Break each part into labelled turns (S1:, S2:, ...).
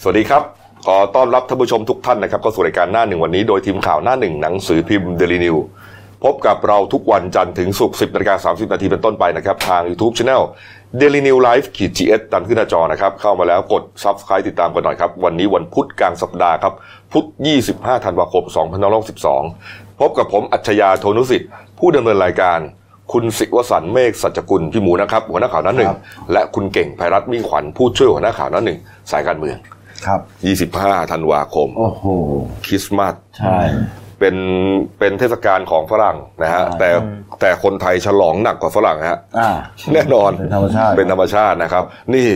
S1: สวัสดีครับ ขอต้อนรับท่านผู้ชมทุกท่านนะครับ ก็สู่รายการหน้าหนึ่งวันนี้โดยทีมข่าวหน้าหนึ่งหนังสือพิมพ์เดลินิวพบกับเราทุกวันจันทร์ถึงศุกร์ 10นาฬิกา30 นาทีเป็นต้นไปนะครับ ทาง YouTube Channel Daily New Life ขีด GS ดันขึ้นหน้าจอนะครับ เข้ามาแล้วกด Subscribe ติดตามกันหน่อยครับ วันนี้วันพุธกลางสัปดาห์ครับ พุธ 25 ธันวาคม2562 พบกับผมอัจฉริยาโทนุสิทธิ์ ผู้ดำเนินรายการ คุณศิวสันต์เมฆสัจกุลพี่หมูนะครับหัวหน้าข่าวหน้าหนึ่ง
S2: ครับ
S1: และคุณเก่งไพรัตน์มิ่งขวัญผู้ช่วยหัวหน้าข่าวหน้าหนึ่งสายการเมือง
S2: ครับ
S1: 25 ธันวาคม
S2: โอ้โห
S1: คริสต์มาส
S2: ใช่
S1: เป็นเป็นเทศกาลของฝรั่งนะฮะ
S2: ใช่
S1: แต่แต่คนไทยฉลองหนักกว่าฝรั่งฮะ
S2: อ่า
S1: แน่นอน
S2: เป็นธรรมชาติ
S1: เป็นธรรมชาตินะครับ นี่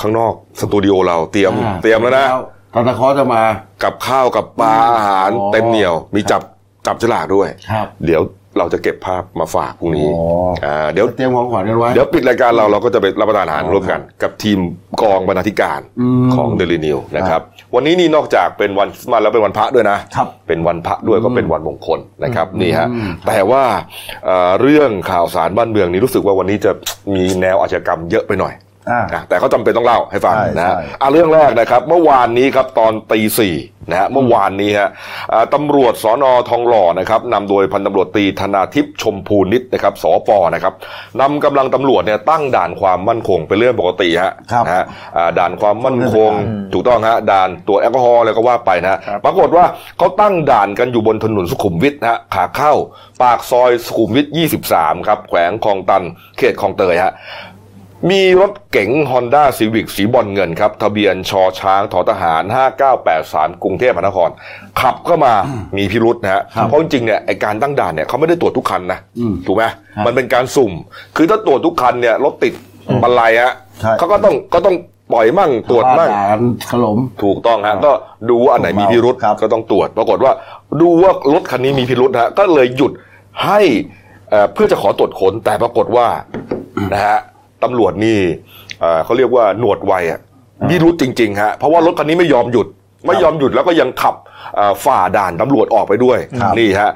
S1: ข้างนอกสตูดิโอเราเตรียม
S2: อ่า
S1: เตรียมแล้วนะ
S2: ตอนตะเคอจะมา
S1: กับข้าวกับปลาอาหาร
S2: อ๋อ
S1: เต็มเหนียวมีจับจับฉลากด้วย
S2: ครับ
S1: เดี๋ยวเราจะเก็บภาพมาฝากพรุ่งนี้
S2: อ๋ออ่
S1: ่าเดี๋ยว
S2: เตรียมของขวัญกันไว้
S1: เดี๋ยวปิดรายการเราเราก็จะไปรับประทานอาหาร
S2: อ๋อ
S1: ร่วมกัน กับทีมกองบรรณาธิการ
S2: อืม
S1: ของเดลินิวนะครับวันนี้นี่นอกจากเป็นวันคริสต์มาสแล้วเป็นวันพระด้วยนะ
S2: ครับ
S1: เป็นวันพระด้วยก็เป็นวันมงคลนะครับนี่ฮะแต่ว่าเอ่อเรื่องข่าวสารบ้านเมืองนี้รู้สึกว่าวันนี้จะมีแนวอาชญากรรมเยอะไปหน่อย
S2: อ่า
S1: นะแต่เขาจำเป็นต้องเล่าให้ฟัง
S2: ใช่
S1: นะฮะ
S2: ใช่
S1: อ่ะเรื่องแรกนะครับเมื่อวานนี้ครับตอนตีสี่นะฮะเมื่อวานนี้ฮะอ่าตำรวจสอนอทองหล่อนะครับนำโดยพันตำรวจตรีธนาทิพย์ชมพูนิตนะครับสอปอนะครับนำกำลังตำรวจเนี่ยตั้งด่านความมั่นคงเป็นเรื่องปกติฮะ
S2: ครับ
S1: นะฮะอ่าด่านความมั่นคง ถูกต้องฮะด่านตรวจแอลกอฮอล์อะไรก็ว่าไปนะฮะปรากฏว่าเขาตั้งด่านกันอยู่บนถนนสุขุมวิทนะฮะขาเข้า ปากซอยสุขุมวิท 23 ครับ แขวงคลองตัน เขตคลองเตยฮะมีรถเก๋ง Honda Civic สีบอลเงินครับ ทะเบียนชอช้างทอทหาร 5983 กรุงเทพมหานคร ขับเข้ามามีพิรุษนะฮะเพราะจริงๆเนี่ยไอการตั้งด่านเนี่ยเขาไม่ได้ตรวจทุกคันนะถูกไหมมันเป็นการสุ่ม คือถ้าตรวจทุกคันเนี่ยรถติดบรรลัยฮะ
S2: ใช่
S1: เขาก็ต้องก็ต้องปล่อยมั่งตรวจมั่ง
S2: อาหารขนม
S1: ถูกต้องฮะก็ดูว่าอันไหนมีพิรุษ
S2: ครับ
S1: ก็ต้องตรวจ ปรากฏว่าดูว่ารถคันนี้มีพิรุษฮะก็เลยหยุดให้เอ่อเพื่อจะขอตรวจค้นแต่ปรากฏว่า นะฮะตำรวจนี่เอ่อเขาเรียกว่าหนวดไวอะพิรุษจริงๆฮะเพราะว่ารถคันนี้ไม่ยอมหยุด ไม่ยอมหยุดแล้วก็ยังขับเอ่อฝ่าด่านตำรวจออกไปด้วยนี่ฮะ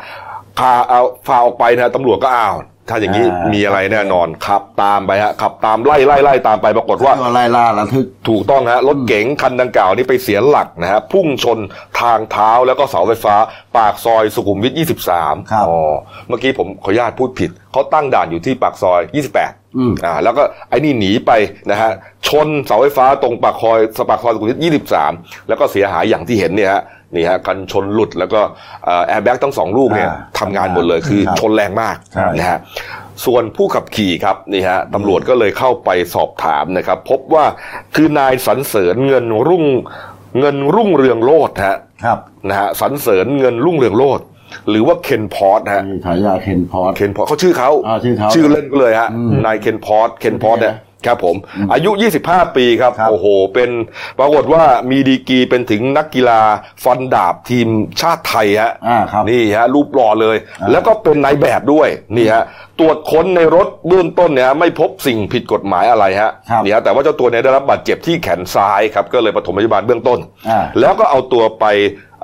S1: พาเอาฝ่าออกไปนะฮะตำรวจก็อ้าวถ้าอย่างนี้
S2: อ่ามี
S1: มีอะไรแน่นอนขับตามไปฮะขับตามไล่ไล่ไล่ตามไปปรากฏว่า
S2: ตัวไล่ล่าระทึก
S1: ถูกต้องฮะรถเก๋งคันดังกล่าวนี้ไปเสียหลักนะฮะพุ่งชนทางเท้าแล้วก็เสาไฟฟ้า ปากซอยสุขุมวิท 23
S2: ครับ
S1: อ๋อเมื่อกี้ผมขออนุญาตพูดผิด เขาตั้งด่านอยู่ที่ปากซอย 28
S2: อืม
S1: อ่าแล้วก็ไอ้นี่หนีไปนะฮะชนเสาไฟฟ้าตรงปากซอยสปากซอยสุขุมวิท 23 แล้วก็เสียหายอย่างที่เห็นเนี่ยฮะนี่ฮะกันชนหลุดแล้วก็แอร์แบ็กทั้งสองลูกเนี่ย
S2: อ่า
S1: ทำงานหมดเลยคือ
S2: ครับ
S1: ชนแรงมาก
S2: ใช่
S1: นะฮะ ส่วนผู้ขับขี่ครับนี่ฮะตำรวจก็เลยเข้าไปสอบถามนะครับ พบว่าคือนายสรรเสริญเงินรุ่งเงินรุ่งเรืองโลดฮะ
S2: ครับ
S1: นะฮะสรรเสริญเงินรุ่งเรืองโลดหรือว่าเคนพอร์ตฮะ
S2: มีฉายาเคนพอร์ต
S1: เคนพอร์ตเขาชื่อเขา
S2: อ่าชื่อเขา
S1: ชื่อเล่นก็เลยฮะนายเคนพอร์ตเคนพอร์ตเนี่ยครับผม อายุ 25 ปีครับ
S2: ครับ
S1: โอ้โห เป็นปรากฏว่ามีดีกรีเป็นถึงนักกีฬาฟันดาบทีมชาติไทยฮะ
S2: อ่าครับ
S1: นี่ฮะรูปหล่อเลย แล้วก็เป็นนายแบบด้วยนี่ฮะตรวจค้นในรถเบื้องต้นเนี่ยไม่พบสิ่งผิดกฎหมายอะไรฮะ
S2: ครับ
S1: นี่ฮะแต่ว่าเจ้าตัวเนี่ยได้รับบาดเจ็บที่แขนซ้ายครับก็เลยปฐมพยาบาลเบื้องต้น
S2: อ่า
S1: แล้วก็เอาตัวไป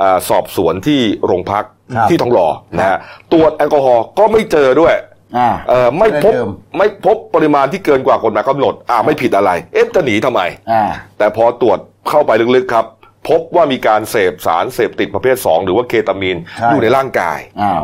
S1: อ่าสอบสวนที่โรงพัก
S2: ครับ
S1: ที่ทองหล่อนะฮะตรวจแอลกอฮอล์ก็ไม่เจอด้วย
S2: อ่า
S1: เออไม่พบ
S2: ไม่เดิม
S1: ไม่พบปริมาณที่เกินกว่ากฎหมายกำหนดอ่าไม่ผิดอะไรเอ๊ะจะหนีทำไม
S2: อ่า
S1: แต่พอตรวจเข้าไปลึกๆครับ พบว่ามีการเสพสารเสพติดประเภท 2 หรือว่าเคตามีน
S2: ใช่
S1: อยู่ในร่างกาย
S2: อ้าว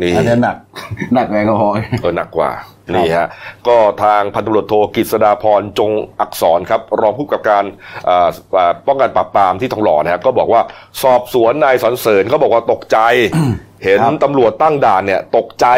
S1: นี่
S2: อันนี้หนัก หนักแอลกอฮอล์
S1: เออหนักกว่า นี่ฮะ ก็ทางพันตำรวจโทกฤษดาพรจงอักษรครับ รองผู้กำกับการเอ่อเอ่อป้องกันปราบปรามที่ทองหล่อนะฮะก็บอกว่าสอบสวนนายสันเสริญเขาบอกว่าตกใจ เห็น
S2: ครับ
S1: ตำรวจตั้งด่านเนี่ยตกใจ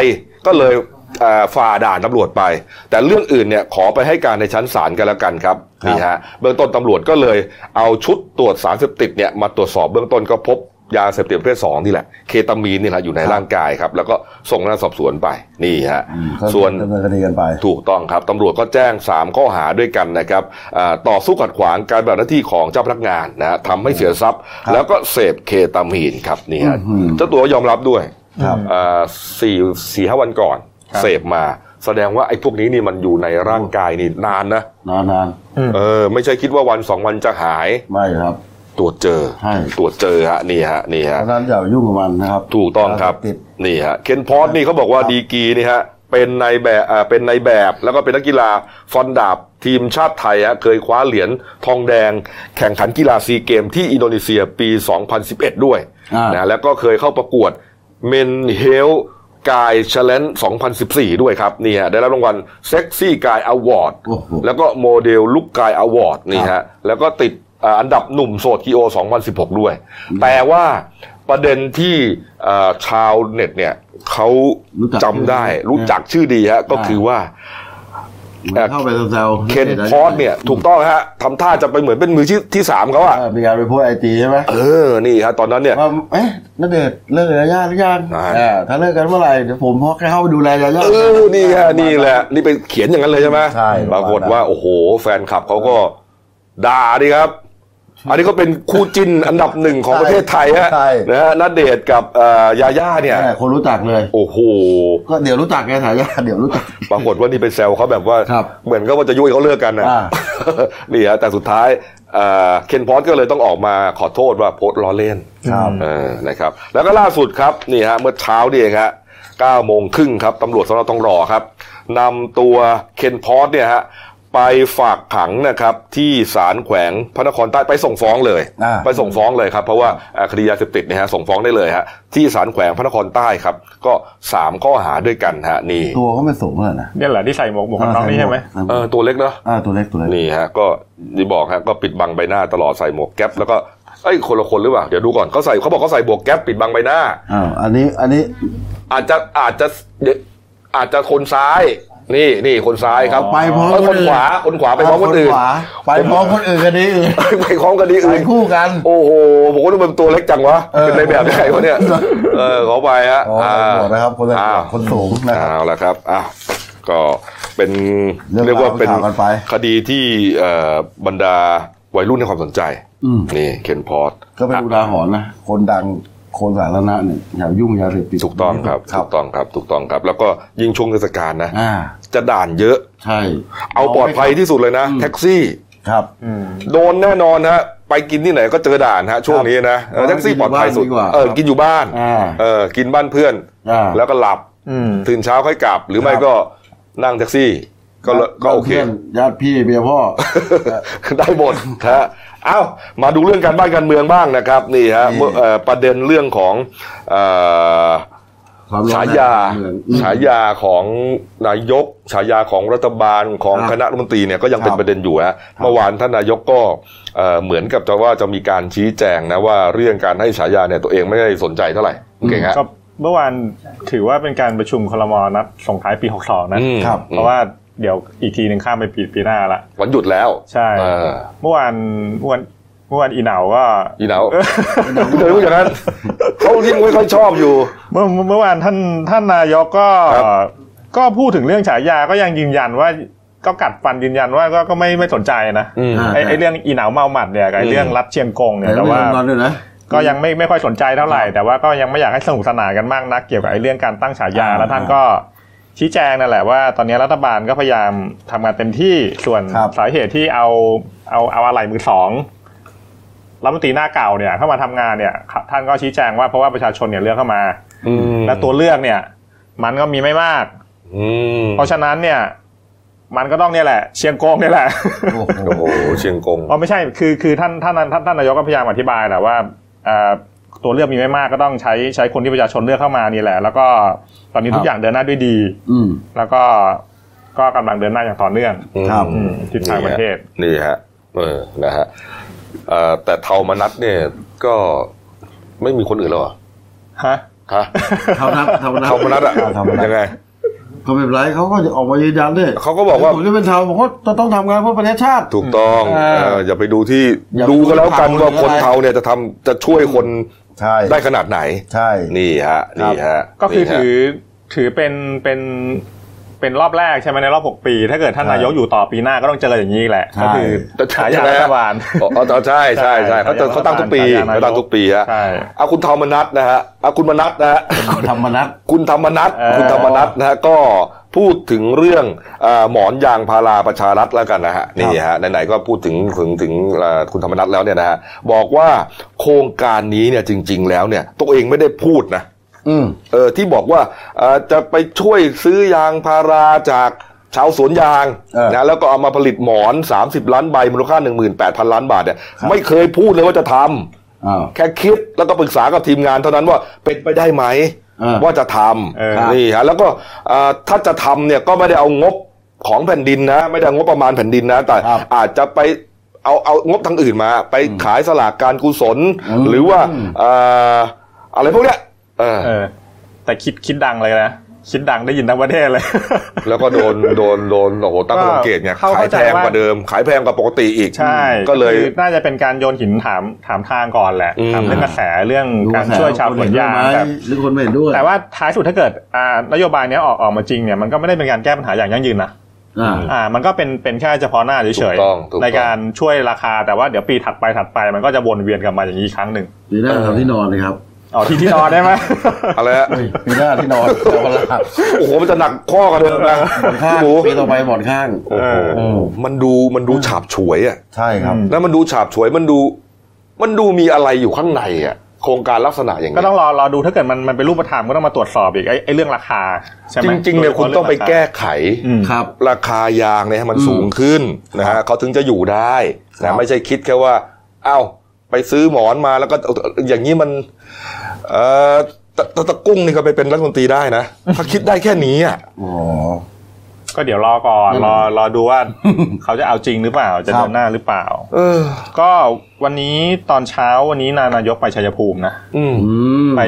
S1: ก็เลยเอ่อฝ่าด่านตำรวจไป แต่เรื่องอื่นเนี่ยขอไปให้การในชั้นศาลกันแล้วกันครับนี่ฮะเบื้องต้นตำรวจก็เลยเอาชุดตรวจสารเสพติดเนี่ยมาตรวจสอบเบื้องต้นก็พบยาเสพติดประเภทสองนี่แหละเคตามีนนี่แหละอยู่ในร่างกายครับแล้วก็ส่งหน้าสอบสวนไปนี่ฮะ
S2: ก็
S1: ส่วน
S2: ดำเนินคดีกันไป
S1: ถูกต้องครับตำรวจก็แจ้ง 3 ข้อหาด้วยกันนะครับอ่าต่อสู้ขัดขวางการปฏิบัติหน้าที่ของเจ้าพนักงานนะทำให้เสียทรัพย์ แล้วก็เสพเคตามีนครับนี่ฮะเจ้าตัวยอมรับด้วย
S2: ครับ
S1: อ่าสี่สี่ห้าวันก่อน เสพมา แสดงว่าไอ้พวกนี้นี่มันอยู่ในร่างกายนี่นานนะ
S2: นานนาน
S1: เออไม่ใช่คิดว่าวันสองวันจะหาย
S2: ๆไม่ครับ
S1: ตรวจเจอ
S2: ใช่
S1: ตรวจเจอฮะนี่ฮะนี่
S2: เพ
S1: ฮะ
S2: ราะฉะนั้นอย่ายุ่งกับมันนะครับ
S1: ถูกต้องครับ
S2: ยาเสพติด
S1: นี่ฮะเคนพอสนี่เขาบอกว่า
S2: ครับ
S1: ดีกรีนี่ฮะ เป็นในายแบบอ่าเป็นในายแบบแล้วก็เป็นนักกีฬาฟันดาบทีมชาติไทยฮะเคยคว้าเหรียญทองแดง แข่งขันกีฬาซีเกมที่อินโดนีเซียปี 2011 ด้วย
S2: อ่าน
S1: นะแล้วก็เคยเข้าประกวดเมนเฮลกายช l เลน2014 ด้วยครับนี่ฮะได้รับรางวัลเซ็กซี่กายอวอร์ด
S2: โอ้โห
S1: แล้วก็โมเดลลุกกายอวอร์ดนี่ฮะ แล้วก็ติดอ่าอันดับหนุ่มโสดคีโอ 2016 ด้วย แต่ว่าประเด็นที่อ่าชาวเน็ตเนี่ยเขา
S2: รู้จัก
S1: จำได้
S2: ชื่อ
S1: รู้จักชื่อดีฮะ ก็
S2: อ่า
S1: คือว่า
S2: เหมือนเข้าไปแซวๆ
S1: เคนพอดเนี่ย ถูกต้องฮะทำท่าจะไปเหมือนเป็นมือที่ที่สามเขาอะ
S2: เออมีการไปโพูดไอจีใช่ไหม
S1: เออ นี่ฮะ ตอนนั้นเนี่ย
S2: ว่าเอ๊ะนัเดชน์เลิกกับยาย่าหรือยัง
S1: อ่า
S2: อ่าถ้าเลิกกันเมื่อไหร่เดี๋ยวผมพอแค่เข้าไปดูแลยาย่า
S1: เออ นี่ฮะ นี่แหละ นี่ไปเขียนอย่างนั้นเลยใช่ไหม
S2: ใช่
S1: ปรากฏว่า โอ้โห แฟนคลับเขาก็ด่าดิครับ อันนี้ก็เป็นคู่จิ้นอันดับหนึ่งของประเทศไทยฮะ
S2: ใช่
S1: นะฮะนัดเดทกับเอ่อยาย่าเนี่ย
S2: ใช่คนรู้จักเลย
S1: โอ้โห
S2: ก็เดี๋ยวรู้จักไงสายยาเดี๋ยวรู้จัก
S1: ปรากฏว่านี่ไปแซวเขาแบบว่า
S2: ครับ
S1: เหมือนก็ว่าจะยุ่ยเขาเลิกกันนะ
S2: อ่า
S1: นี่ฮะ แต่สุดท้ายเอ่อเคนพอสก็เลยต้องออกมาขอโทษว่าโพสต์ล้อเล่น
S2: ครับ
S1: เออนะครับ แล้วก็ล่าสุดครับนี่ฮะเมื่อเช้านี่เองฮะ9โมงครึ่งครับตำรวจสนต้องรอครับนำตัวเคนพอสเนี่ยฮะไปฝากขังนะครับที่ศาลแขวงพระนครใต้ไปส่งฟ้องเลย
S2: อ่า
S1: ไปส่งฟ้องเลยครับ เพราะว่าเอ่อคดียาเสพติดเนี่ยฮะส่งฟ้องได้เลยฮะที่ศาลแขวงพระนครใต้ครับ ก็สามข้อหาด้วยกันฮะนี่
S2: ตัวก็ไม่สูงเลยนะ
S3: เนี่ยเหรอที่ใส่หมวกหมวกกันน็อกนี่ใช่ไหม
S1: เออตัวเล็กเนาะ
S2: อ่าตัวเล็กตัวเล็ก
S1: นี่ฮะก็นี่บอกฮะก็ปิดบังใบหน้าตลอดใส่หมวกแก๊ปแล้วก็เอ้ยคนละคนหรือเปล่าเดี๋ยวดูก่อนเขาใส่เขาบอกเขาใส่หมวกแก๊ปปิดบังใบหน้า
S2: อ้าวอันนี้อันนี้
S1: อาจจะอาจจะเดี๋ยวอาจจะคนซ้าย นี่นี่คนซ้ายครับ
S2: ไปพร้อม
S1: เยคนขวาคนขวาไปพร้อมคนอื่น
S2: ขวาไปพร้อมคนอื่นกันนี่อื่น
S1: ไปพร้อมกันดี
S2: ไป
S1: อื่น
S2: คู่กัน
S1: โอ้โหผมก็ดูมันตัวเล็กจังวะ
S2: เออ
S1: เป็นในแบบไหนวะเนี่ยเออขอไปฮะ
S2: อ๋อตำรวจนะครับคนละ
S1: อ้าว
S2: คนสูงนะครับ
S1: เอาละครับอ้าวก็เป็น
S2: เรื่องราว
S1: เรียกว่าเป็น
S2: ข่าวกันไป
S1: คดีที่เอ่อบรรดาวัยรุ่นให้ความสนใจ
S2: อืม
S1: นี่เคนพอร์ต
S2: ก็เป็นอุทาหรณ์นะ คนดังคนสาธารณะเนี่ยอย่ายุ่งยาเสพติด
S1: ถูกต้องครับ
S2: ค
S1: ถู
S2: รับ
S1: กต้องครับถูกต้องครับ แล้วก็ยิ่งช่วงเทศกาลนะ
S2: อ่า
S1: จะด่านเยอะ
S2: ใช่
S1: เอาปลอดภัยที่สุดเลยนะ แท็กซี่
S2: ครับ
S3: อืม
S1: โดนแน่นอนฮะไปกินที่ไหนก็เจอด่านฮะช่วงนี้นะเออ
S2: เอาไป
S1: แท็กซี่ปลอดภัยสุด
S2: กินอยู่บ้านดีกว่า
S1: เออกินอยู่บ้าน
S2: อ่า
S1: เออกินบ้านเพื่อน
S2: อ่า
S1: แล้วก็หลับ
S3: อืม
S1: ตื่นเช้าค่อยกลับ หรือไม่ก็นั่งแท็กซี่ ก็เลยก็โอเค
S2: พื่นญาติพี่เมียพ่อ
S1: ได้หมดฮะเอ้ามาดูเรื่องการบ้านการเมืองบ้างนะครับนี่ฮะ
S2: นี่
S1: เมื่อเอ่อประเด็นเรื่องของเอ่อ
S2: ความร้อน
S1: ฉา
S2: แรง
S1: ยา
S2: เมืองอืม
S1: ฉายาของนายกฉายาของรัฐบาลของ
S2: ครับ
S1: คณะรัฐมนตรีเนี่ยก็ยัง
S2: ครับ
S1: เป็นประเด็นอยู่ฮะเมื่อวานท่านนายกก็เอ่อเหมือนกับจะว่าจะมีการชี้แจงนะว่าเรื่องการให้ฉายาเนี่ยตัวเองไม่ได้สนใจเท่าไหร่
S2: อืม
S1: เก่งฮะ
S3: ก็เมื่อวานถือว่าเป็นการประชุมคลมนัดส่งท้ายปี 62 นะ
S1: อืม
S2: ครับ
S3: เพราะว่าเดี๋ยวอีกทีหนึ่งข้ามไปปีปีหน้าละ
S1: วันหยุดแล้ว
S3: ใช่
S1: เออ
S3: เมื่อวานเมื่อวานเมื่อวานอีเหนาก็
S1: อีเหนาเธอพูดอย่างนั้นเขาที่ไม่ค่อยชอบอยู่
S3: เมื่อเมื่อเมื่อวานท่านท่านนายกก็
S1: ครับ
S3: ก็พูดถึงเรื่องฉายาก็ยังยืนยันว่าก็กัดฟันยืนยันว่าก็ก็ไม่ไม่สนใจนะ
S1: อืม
S2: อ่า
S3: ไอ้ไอ้เรื่องอีเหนาเมาหมัดเนี่ยกับไอ้เรื่องรัดเชียงกงเนี่ย
S2: แต่
S3: แต่
S2: ว่า
S3: ว่า
S2: นอนด้วยนะ
S3: ก็ยังไม่ไม่ค่อยสนใจเท่าไหร่ แต่ว่าก็ยังไม่อยากให้สนุกสนานกันมากนักเกี่ยวกับไอ้เรื่องการตั้งฉายา
S2: อ่า
S3: แล้วท่านก็ชี้แจงนั่นแหละว่าตอนนี้รัฐบาลก็พยายามทำงานเต็มที่ส่วน
S2: ครับ
S3: สาเหตุที่เอาเอาเอาอะไรมือสองรัฐมนตรีหน้าเก่าเนี่ยเข้ามาทำงานเนี่ยครับท่านก็ชี้แจงว่าเพราะว่าประชาชนเนี่ยเลือกเข้ามา
S1: อืม
S3: และตัวเลือกเนี่ย มันก็มีไม่มาก
S1: อืม
S3: เพราะฉะนั้นเนี่ย มันก็ต้องเนี่ยแหละ เชียงโกงเนี่ยแหละ
S2: โอ้โห
S1: โอ้โหเชียงกง
S3: อ๋อไม่ใช่ คือคือท่านท่านท่านท่านนายกก็พยายามอธิบายแหละว่าเอ่อตัวเลือกมีไม่มากก็ต้องใช้ใช้คนที่ประชาชนเลือกเข้ามานี่แหละ แล้วก็ตอนนี้
S2: ครับ
S3: ทุกอย่างเดินหน้าด้วยดี
S2: อืม
S3: แล้วก็ก็กำลังเดินหน้าอย่างต่อเนื่อง
S2: ครับ
S1: อืม
S3: ทิศทางประเทศ
S1: นี่ฮะเออนะฮะเอ่อแต่เทามนัทเนี่ยก็ไม่มีคนอื่นแล้วเหรอ
S3: ฮะ
S1: ฮะ
S2: เท่านั้นเท่านั้น
S1: เทามนัทอะ
S2: เท่ามนั
S1: ยั
S2: ส
S1: งไง
S2: ก็ไม่เป็นไรเขาก็จะออกมายืนยันด้วย
S1: เขาก็บอกว่า
S2: ผมจะเป็นชาวผมก็จะต้องทำงานเพื่อประเทศชาติ
S1: ถูกต้อง
S2: อ่า
S1: เอออย่าไปดูที่
S2: อย่าไป
S1: ดูก็แล้วกัน
S2: ดูที่
S1: ว่าค
S2: เทา
S1: นเทาเนี่ยจะทำจะช่วยคน
S2: ใช่
S1: ได้ขนาดไหน
S2: ใช่
S1: นี่ฮะ
S2: ครับ
S1: นี่ฮะ
S3: ก็คือ
S1: นี่ฮะ
S3: ถือถือเป็นเป็นเป็นรอบแรกใช่ไหมในรอบ 6 ปี ถ้าเกิดท่าน
S2: ใช่
S3: นายกอยู่ต่อปีหน้าก็ต้องเจออย่างนี้แหละ
S2: ใช่
S3: ก็คือ
S1: แต่
S3: ฉายารัฐบาล
S1: อ๋ออ๋อใช่ใช่ใช่
S3: ใช่
S1: เขาจะเขาตั้งทุกปี
S3: ฉายานายก
S1: เขาตั้งทุกปีฮะ
S3: ใช่
S1: เอาคุณเทามนัทนะฮะเอาคุณมนัทนะฮะ
S2: ธรรมนัต
S1: คุณธรรมนัท
S3: เอ่อ
S1: คุณธรรมนัทนะฮะก็พูดถึงเรื่องเออหมอนยางพาราประชารัฐแล้วกันนะฮะนี่ฮะไหนๆก็พูดถึงถึงถึงเอ่อคุณธรรมนัทแล้วเนี่ยนะฮะบอกว่าโครงการนี้เนี่ยจริง ๆ แล้วเนี่ยตัวเองไม่ได้พูดนะ
S2: อืม
S1: เออที่บอกว่าเอ่อจะไปช่วยซื้อยางพาราจากชาวสวนยาง
S2: เออ
S1: นะแล้วก็เอามาผลิตหมอน 30 ล้านใบมูลค่า 18,000 ล้านบาทเนี่ย
S2: ครับ
S1: ไม่เคยพูดเลยว่าจะทำ
S2: อ้าว
S1: แค่คิดแล้วก็ปรึกษากับทีมงานเท่านั้นว่าเป็นไปได้ไหม
S2: เออ
S1: ว่าจะท
S3: เออ
S1: ำนี่ฮะแล้วก็เอ่อถ้าจะทำเนี่ยก็ไม่ได้เอางบของแผ่นดินนะ ไม่ได้เอางบประมาณแผ่นดินนะ แต่
S2: ครับ
S1: อาจจะไปเอาเอางบทางอื่นมา ไปขายสลากการกุศล
S2: อืม
S1: หรือว่าเอ่ออะไรพวกเนี้ยเออ
S3: เออ แต่คิดคิดดังเลยนะ คิดดังได้ยินทั้งประเทศเลย
S1: แล้วก็โดน โดนโดนโอ้โหตั้งข้อสังเกตไง
S3: เข้า
S1: ขาย
S3: เข้าใจ
S1: แพงกว่า
S3: ว่า
S1: เดิม ขายแพงกว่าปกติอีก
S3: ใช่
S1: ก็เลย
S3: คือน่าจะเป็นการโยนหินถามถามทางก่อนแหละ
S1: อืม
S3: ถามเรื่องกระแสเรื่อง
S2: ดู
S3: การช่วยชาวสวนยาง
S2: คนเห็นด้วยไหม
S3: แต่
S2: หรือคนไม่เห็นด้วย
S3: แต่ว่าท้ายสุดถ้าเกิดอ่านโยบายเนี้ยออกออกมาจริงเนี่ยมันก็ไม่ได้เป็นการแก้ปัญหาอย่างยั่งยืนนะ
S2: อ่า
S3: อ่ามันก็เป็นเป็นแค่เฉพาะหน้า
S1: ถู
S3: เฉย
S1: กต้องถูกต้อง
S3: ในการช่วยราคาแต่ว่าเดี๋ยวปีถัดไปถัดไป มันก็จะวนเวียนกลับมาอย่างนี้อีกครั้งหนึ่ง
S2: ปีหน้าทำที่นอนเลยครับ
S3: อ๋อที่ที่นอนได้ไหม
S1: อะไรฮะ
S2: ปีหน้าที่นอนแต่วันละ
S1: โอ้โห มันจะหนักข้อกันเดิมนะ
S2: บ่อนข้า
S1: พี่
S2: ง
S1: หมู
S2: ปีต่อไปบ่อนข้าง
S1: โอ้โห
S2: เออ
S1: มันดูมันดูฉาบฉวยอ่ะ
S2: ใช่ครับ
S3: อืม
S1: แล้วมันดูฉาบฉวยมันดู มันดูมีอะไรอยู่ข้างในอ่ะ โครงการลักษณะอย่าง
S3: ก็
S1: เงี้ย
S3: ต้องรอรอดูถ้าเกิดมันมันเป็นรูปธรรมก็ต้องมาตรวจสอบอีกไอ้ไอ้เรื่องราคาใช่ไห
S1: จ
S3: ม
S1: ริงๆเนี่ยคุณต้องไปแก้ไข
S3: อืม
S2: ครับ
S1: ราคายางเนี่ยให้มัน
S2: อืม
S1: สูงขึ้นนะฮะเขาถึงจะอยู่ได้
S2: ครั
S1: นะ
S2: บ
S1: ไม่ใช่คิดแค่ว่า เอ้า ไปซื้อหมอนมาแล้วก็เอาอย่างนี้มันเอ่อตะตะตะกุ้งนี่ก็ไปเป็นรัฐมนตรีได้นะ ถ้าคิดได้แค่นี้อ่ะ
S2: โอ้
S3: ก็เดี๋ยวรอก่อนรอรอดูว่า เขาจะเอาจริงหรือเปล่าจะ
S2: ครับ
S3: เดินหน้าหรือเปล่า
S1: เออ
S3: ก็วันนี้ตอนเช้าวันนี้นายกไปชัยภูมินะ
S1: อืม
S2: อืม
S3: ไป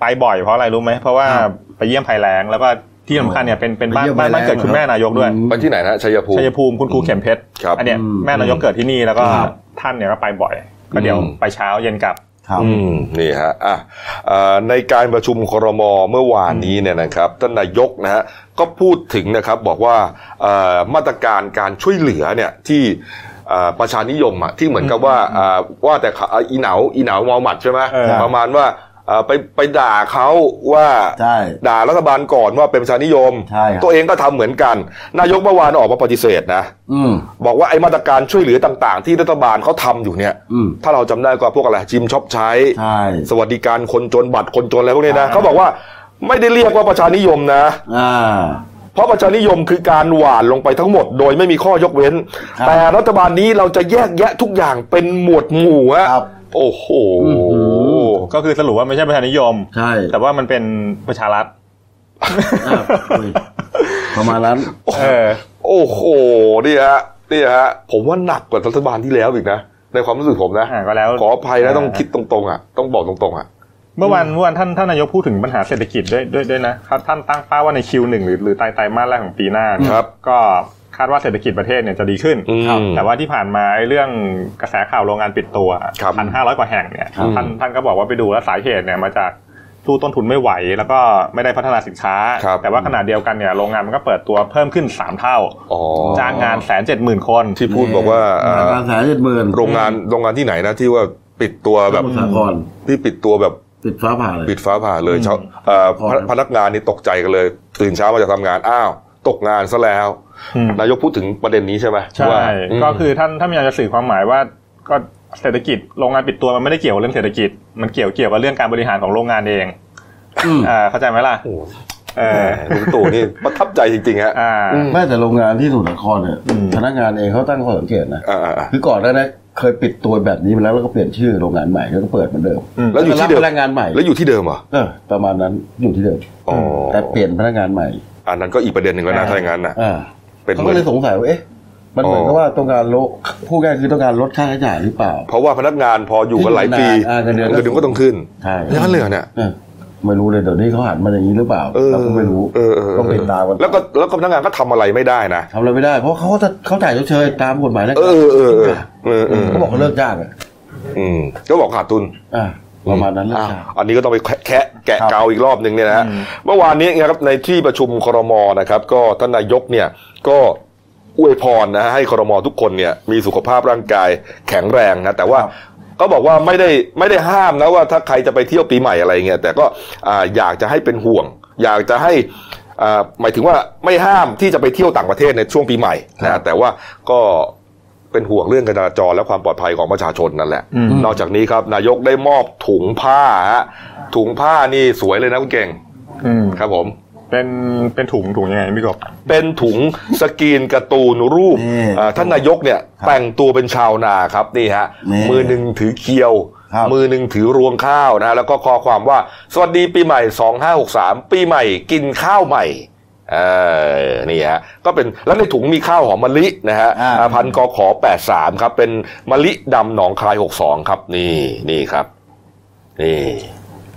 S3: ไปบ่อยเพราะอะไรรู้ไหมเพราะว่า
S2: ครับ
S3: ไปเยี่ยมภัยแล้งแล้วก็ที่สำคัญเนี่ยเป็นเป็นบ้า
S2: ไป
S3: น
S2: เยี่ยม
S3: บ้านบ้าน
S2: ภัยแล้ง
S3: เกิดคุณแม่นายกด้วย
S2: อืม
S1: ไปที่ไหนนะชัยภูมิ
S3: ชัยภูมิคุณครูเข็มเพชร
S1: ครับ
S3: อันเนี้ย
S2: อืม
S3: แม่นายกเกิดที่นี่แล้วก็
S2: ครับ
S3: ท่านเนี่ยก็ไปบ่อย ก็เดี๋ยว
S1: อืม
S3: ไปเช้าเย็นกลับ
S2: ครับ
S1: อืมนี่ฮะอ่ะเอ่อในการประชุมครมเมื่อวานนี้เนี่ยนะครับท่านนายกนะฮะก็พูดถึงนะครับบอกว่าเอ่อมาตรการการช่วยเหลือเนี่ยที่เอ่อประชานิยมอ่ะที่เหมือนกับว่าเอ่อว่าแต่เขาอ่ะอีเหนาอีเหนาเมาหมัดใช่ไหม
S3: เออ
S1: ประมาณว่าเอ่อไปไปด่าเขาว่า
S2: ใช่
S1: ด่ารัฐบาลก่อนว่าเป็นประชานิยม
S2: ใช่ครับ
S1: ตัวเองก็ทำเหมือนกัน นายกเมื่อวานออกมาปฏิเสธนะ
S2: อืม
S1: บอกว่าไอ้มาตรการช่วยเหลือต่างๆ ที่รัฐบาลเขาทำอยู่เนี่ย
S2: อืม
S1: ถ้าเราจำได้ก็พวกอะไรจิมช็อปใช้
S2: ใช่
S1: สวัสดิการคนจนบัตรคนจนอะไรพวกนี้นะ
S3: อ่า
S1: เขาบอกว่าไม่ได้เรียกว่าประชานิยมนะ
S2: อ่า
S1: เพราะประชานิยมคือการหว่านลงไปทั้งหมดโดยไม่มีข้อยกเว้น
S2: ครับ
S1: แต่รัฐบาลนี้เราจะแยกแยะทุกอย่างเป็นหมวดหมู่ฮะ
S2: ครับ
S1: โอ้โห
S2: อื้อหือ
S3: ก็คือสรุปว่าไม่ใช่ประชานิยม
S2: ใช่
S3: แต่ว่ามันเป็นประชารัฐ
S2: อ่าอุ้ยประมาณนั้น
S3: เออ
S1: โอ้โหนี่ฮะนี่ฮะผมว่าหนักกว่ารัฐบาลที่แล้วอีกนะ ในความรู้สึกผมนะ
S3: อ่าก็แล้ว
S1: ขออภัยนะต้องคิดตรงๆอ่ะต้องบอกตรงๆอ่ะ
S3: เมื่อวันเมื่อวันท่านท่านนายกพูดถึงปัญหาเศรษฐกิจด้วยด้วยด้วยนะครับท่านตั้งเป้าว่าใน Q1 หรือหรือไตรไตรมาสแรกของปีหน้าเนี่ย
S1: ครับ
S3: ก็คาดว่าเศรษฐกิจประเทศเนี่ยจะดีขึ้น
S1: อืม
S3: แต่ว่าที่ผ่านมาไอ้เรื่องกระแสข่าวโรงงานปิดตัว
S1: ครับ
S3: พันห้าร้อยกว่าแห่งเนี่ย
S1: ครับ
S3: ท่านท่านก็บอกว่าไปดูแล้วสาเหตุเนี่ยมาจากสู้ต้นทุนไม่ไหว แล้วก็ไม่ได้พัฒนาสินค้า
S1: ครับ
S3: แต่ว่าขณะเดียวกันเนี่ยโรงงานมันก็เปิดตัวเพิ่มขึ้นสามเท่า
S1: อ๋อ
S3: จ้างงานแสนเจ็ดหมื่นคน
S1: ที่พูดบอกว่าเอ่อ
S2: การแสนเจ็ดหมื่น
S1: โรงงานโรงงานที่ไหนนะที่ว่าปิดตัวแบบ
S2: สมุทรสาคร
S1: ที่ปิดตัวแบบ
S2: ติดฟ้าผ่าเลย
S1: ปิดฟ้าผ่าเลยเช้าเอ่อพนักพนักงานนี่ตกใจกันเลย ตื่นเช้ามาจะทำงาน อ้าว ตกงานซะแล้ว
S3: อืม
S1: นายกพูดถึงประเด็นนี้ใช่ไหม
S3: ใช่
S1: ว่าอืม
S3: ก็คือท่านท่านพยายามจะสื่อความหมายว่าก็เศรษฐกิจโรงงานปิดตัวมันไม่ได้เกี่ยวกับเรื่องเศรษฐกิจ มันเกี่ยวเกี่ยวกับเรื่องการบริหารของโรงงานเอง
S2: อืม
S3: อ่าเข้าใจไหมล่ะ
S1: โอ้โห
S3: เอ
S1: แหม
S3: อ
S1: ลุงตู่นี่ประทับใจจริงๆฮะ
S3: อ่า
S1: อืม
S2: แม้แต่โรงงานที่สมุทรสาครเนี่ย
S3: อืม
S2: พนักงานเองเขาตั้งข้อสังเกตนะ
S1: อ่า
S2: คือก่อนหน้านั้นเคยปิดตัวแบบนี้มาแล้วแล้วก็เปลี่ยนชื่อโรงงานใหม่แล้วก็เปิดเหมือนเดิม
S1: ๆแล้วอยู่ที่เดิม
S2: พนักงานใหม่
S1: แล้วอยู่ที่เดิมเหรอ
S2: เออประมาณนั้นอยู่ที่เดิม
S1: อ๋อ
S2: แต่เปลี่ยนพนักงานใหม่
S1: อันนั้นก็อีกประเด็นหนึ่งแล้วนะ
S3: อ่า
S1: ถ้าอย่างนั้นน่ะ
S2: อ่า
S1: เป็นเห
S2: เขา
S1: มือ
S2: ก็
S1: น
S2: เลยสงสัยว่าเอ๊ะมันเหมือนกับว่าต้องการลดพูดง่ายคือต้องการลดค่าใช้จ่ายหรือเปล่า
S1: เพราะว่าพนักงานพออยู่กันหลายปี
S2: อ่าเงินเดือน
S1: นเดือนก็ต้องขึ้น
S2: ใช่
S1: อย่างนั้นเลยเหรอเนี่ย
S2: เออไม่รู้เลยเดี๋ยวนี้เขาหันมาอย่างนี้หรือเปล่า
S1: เออ
S2: เราก็ไม่รู้
S1: เออเออ
S2: ต้องติดตามกัน
S1: แล้วก็แล้วก็พนักงานก็ทำอะไรไม่ได้นะ
S2: ทำอะไรไม่ได้ เพราะเขาจะเขาจ่ายเฉยๆตามกฎหมายนะ
S1: เออเออเออเออเออ
S2: เขาบอกเขาเลิกจ้างอ่ะ
S1: อืมก็บอกขาดทุน
S2: อ่ะประมาณนั้นเลิก
S1: อ้าว
S2: จ้าง
S1: อันนี้ก็ต้องไปแคะแคะแกะ
S2: ครับ
S1: เกาอีกรอบหนึ่งเนี่ยนะฮะ
S3: อืม
S1: เมื่อวานนี้นะครับในที่ประชุมครมนะครับ ก็ท่านนายกเนี่ยก็อวยพรนะฮะให้ครมทุกคนเนี่ยมีสุขภาพร่างกายแข็งแรงนะแต่ว่าก็บอกว่าไม่ได้ไม่ได้ห้ามนะว่าถ้าใครจะไปเที่ยวปีใหม่อะไรเงี้ยแต่ก็อ่าอยากจะให้เป็นห่วง อยากจะให้อ่าหมายถึงว่าไม่ห้ามที่จะไปเที่ยวต่างประเทศในช่วงปีใหม่นะฮะแต่ว่าก็ เป็นห่วงเรื่องการจราจรและความปลอดภัยของประชาชนนั่นแหละ
S3: อืม
S1: นอกจากนี้ครับนายกได้มอบถุงผ้าฮะถุงผ้านี่สวยเลยนะคุณเก่ง
S3: อืม
S1: ครับผม
S3: เป็นเป็นถุงถุงยังไงพี่กบ
S1: เป็นถุงสกรีนการ์ตูนรูป
S2: นี่
S1: อ่าท่านนายกเนี่ย
S2: ครับ
S1: แต่งตัวเป็นชาวนาครับนี่ฮะ
S2: นี่
S1: มือหนึ่งถือเคียว
S2: ครับ
S1: มือหนึ่งถือรวงข้าวนะฮะแล้วก็ข้อความว่า สวัสดีปีใหม่ 2563 ปีใหม่กินข้าวใหม่เออนี่ฮะก็เป็นแล้วในถุงมีข้าวหอมมะลินะฮะ
S2: อ่า
S1: อ่าพันกอขอ 83 ครับ เป็นมะลิดำหนองคาย 62 ครับ นี่นี่ครับนี่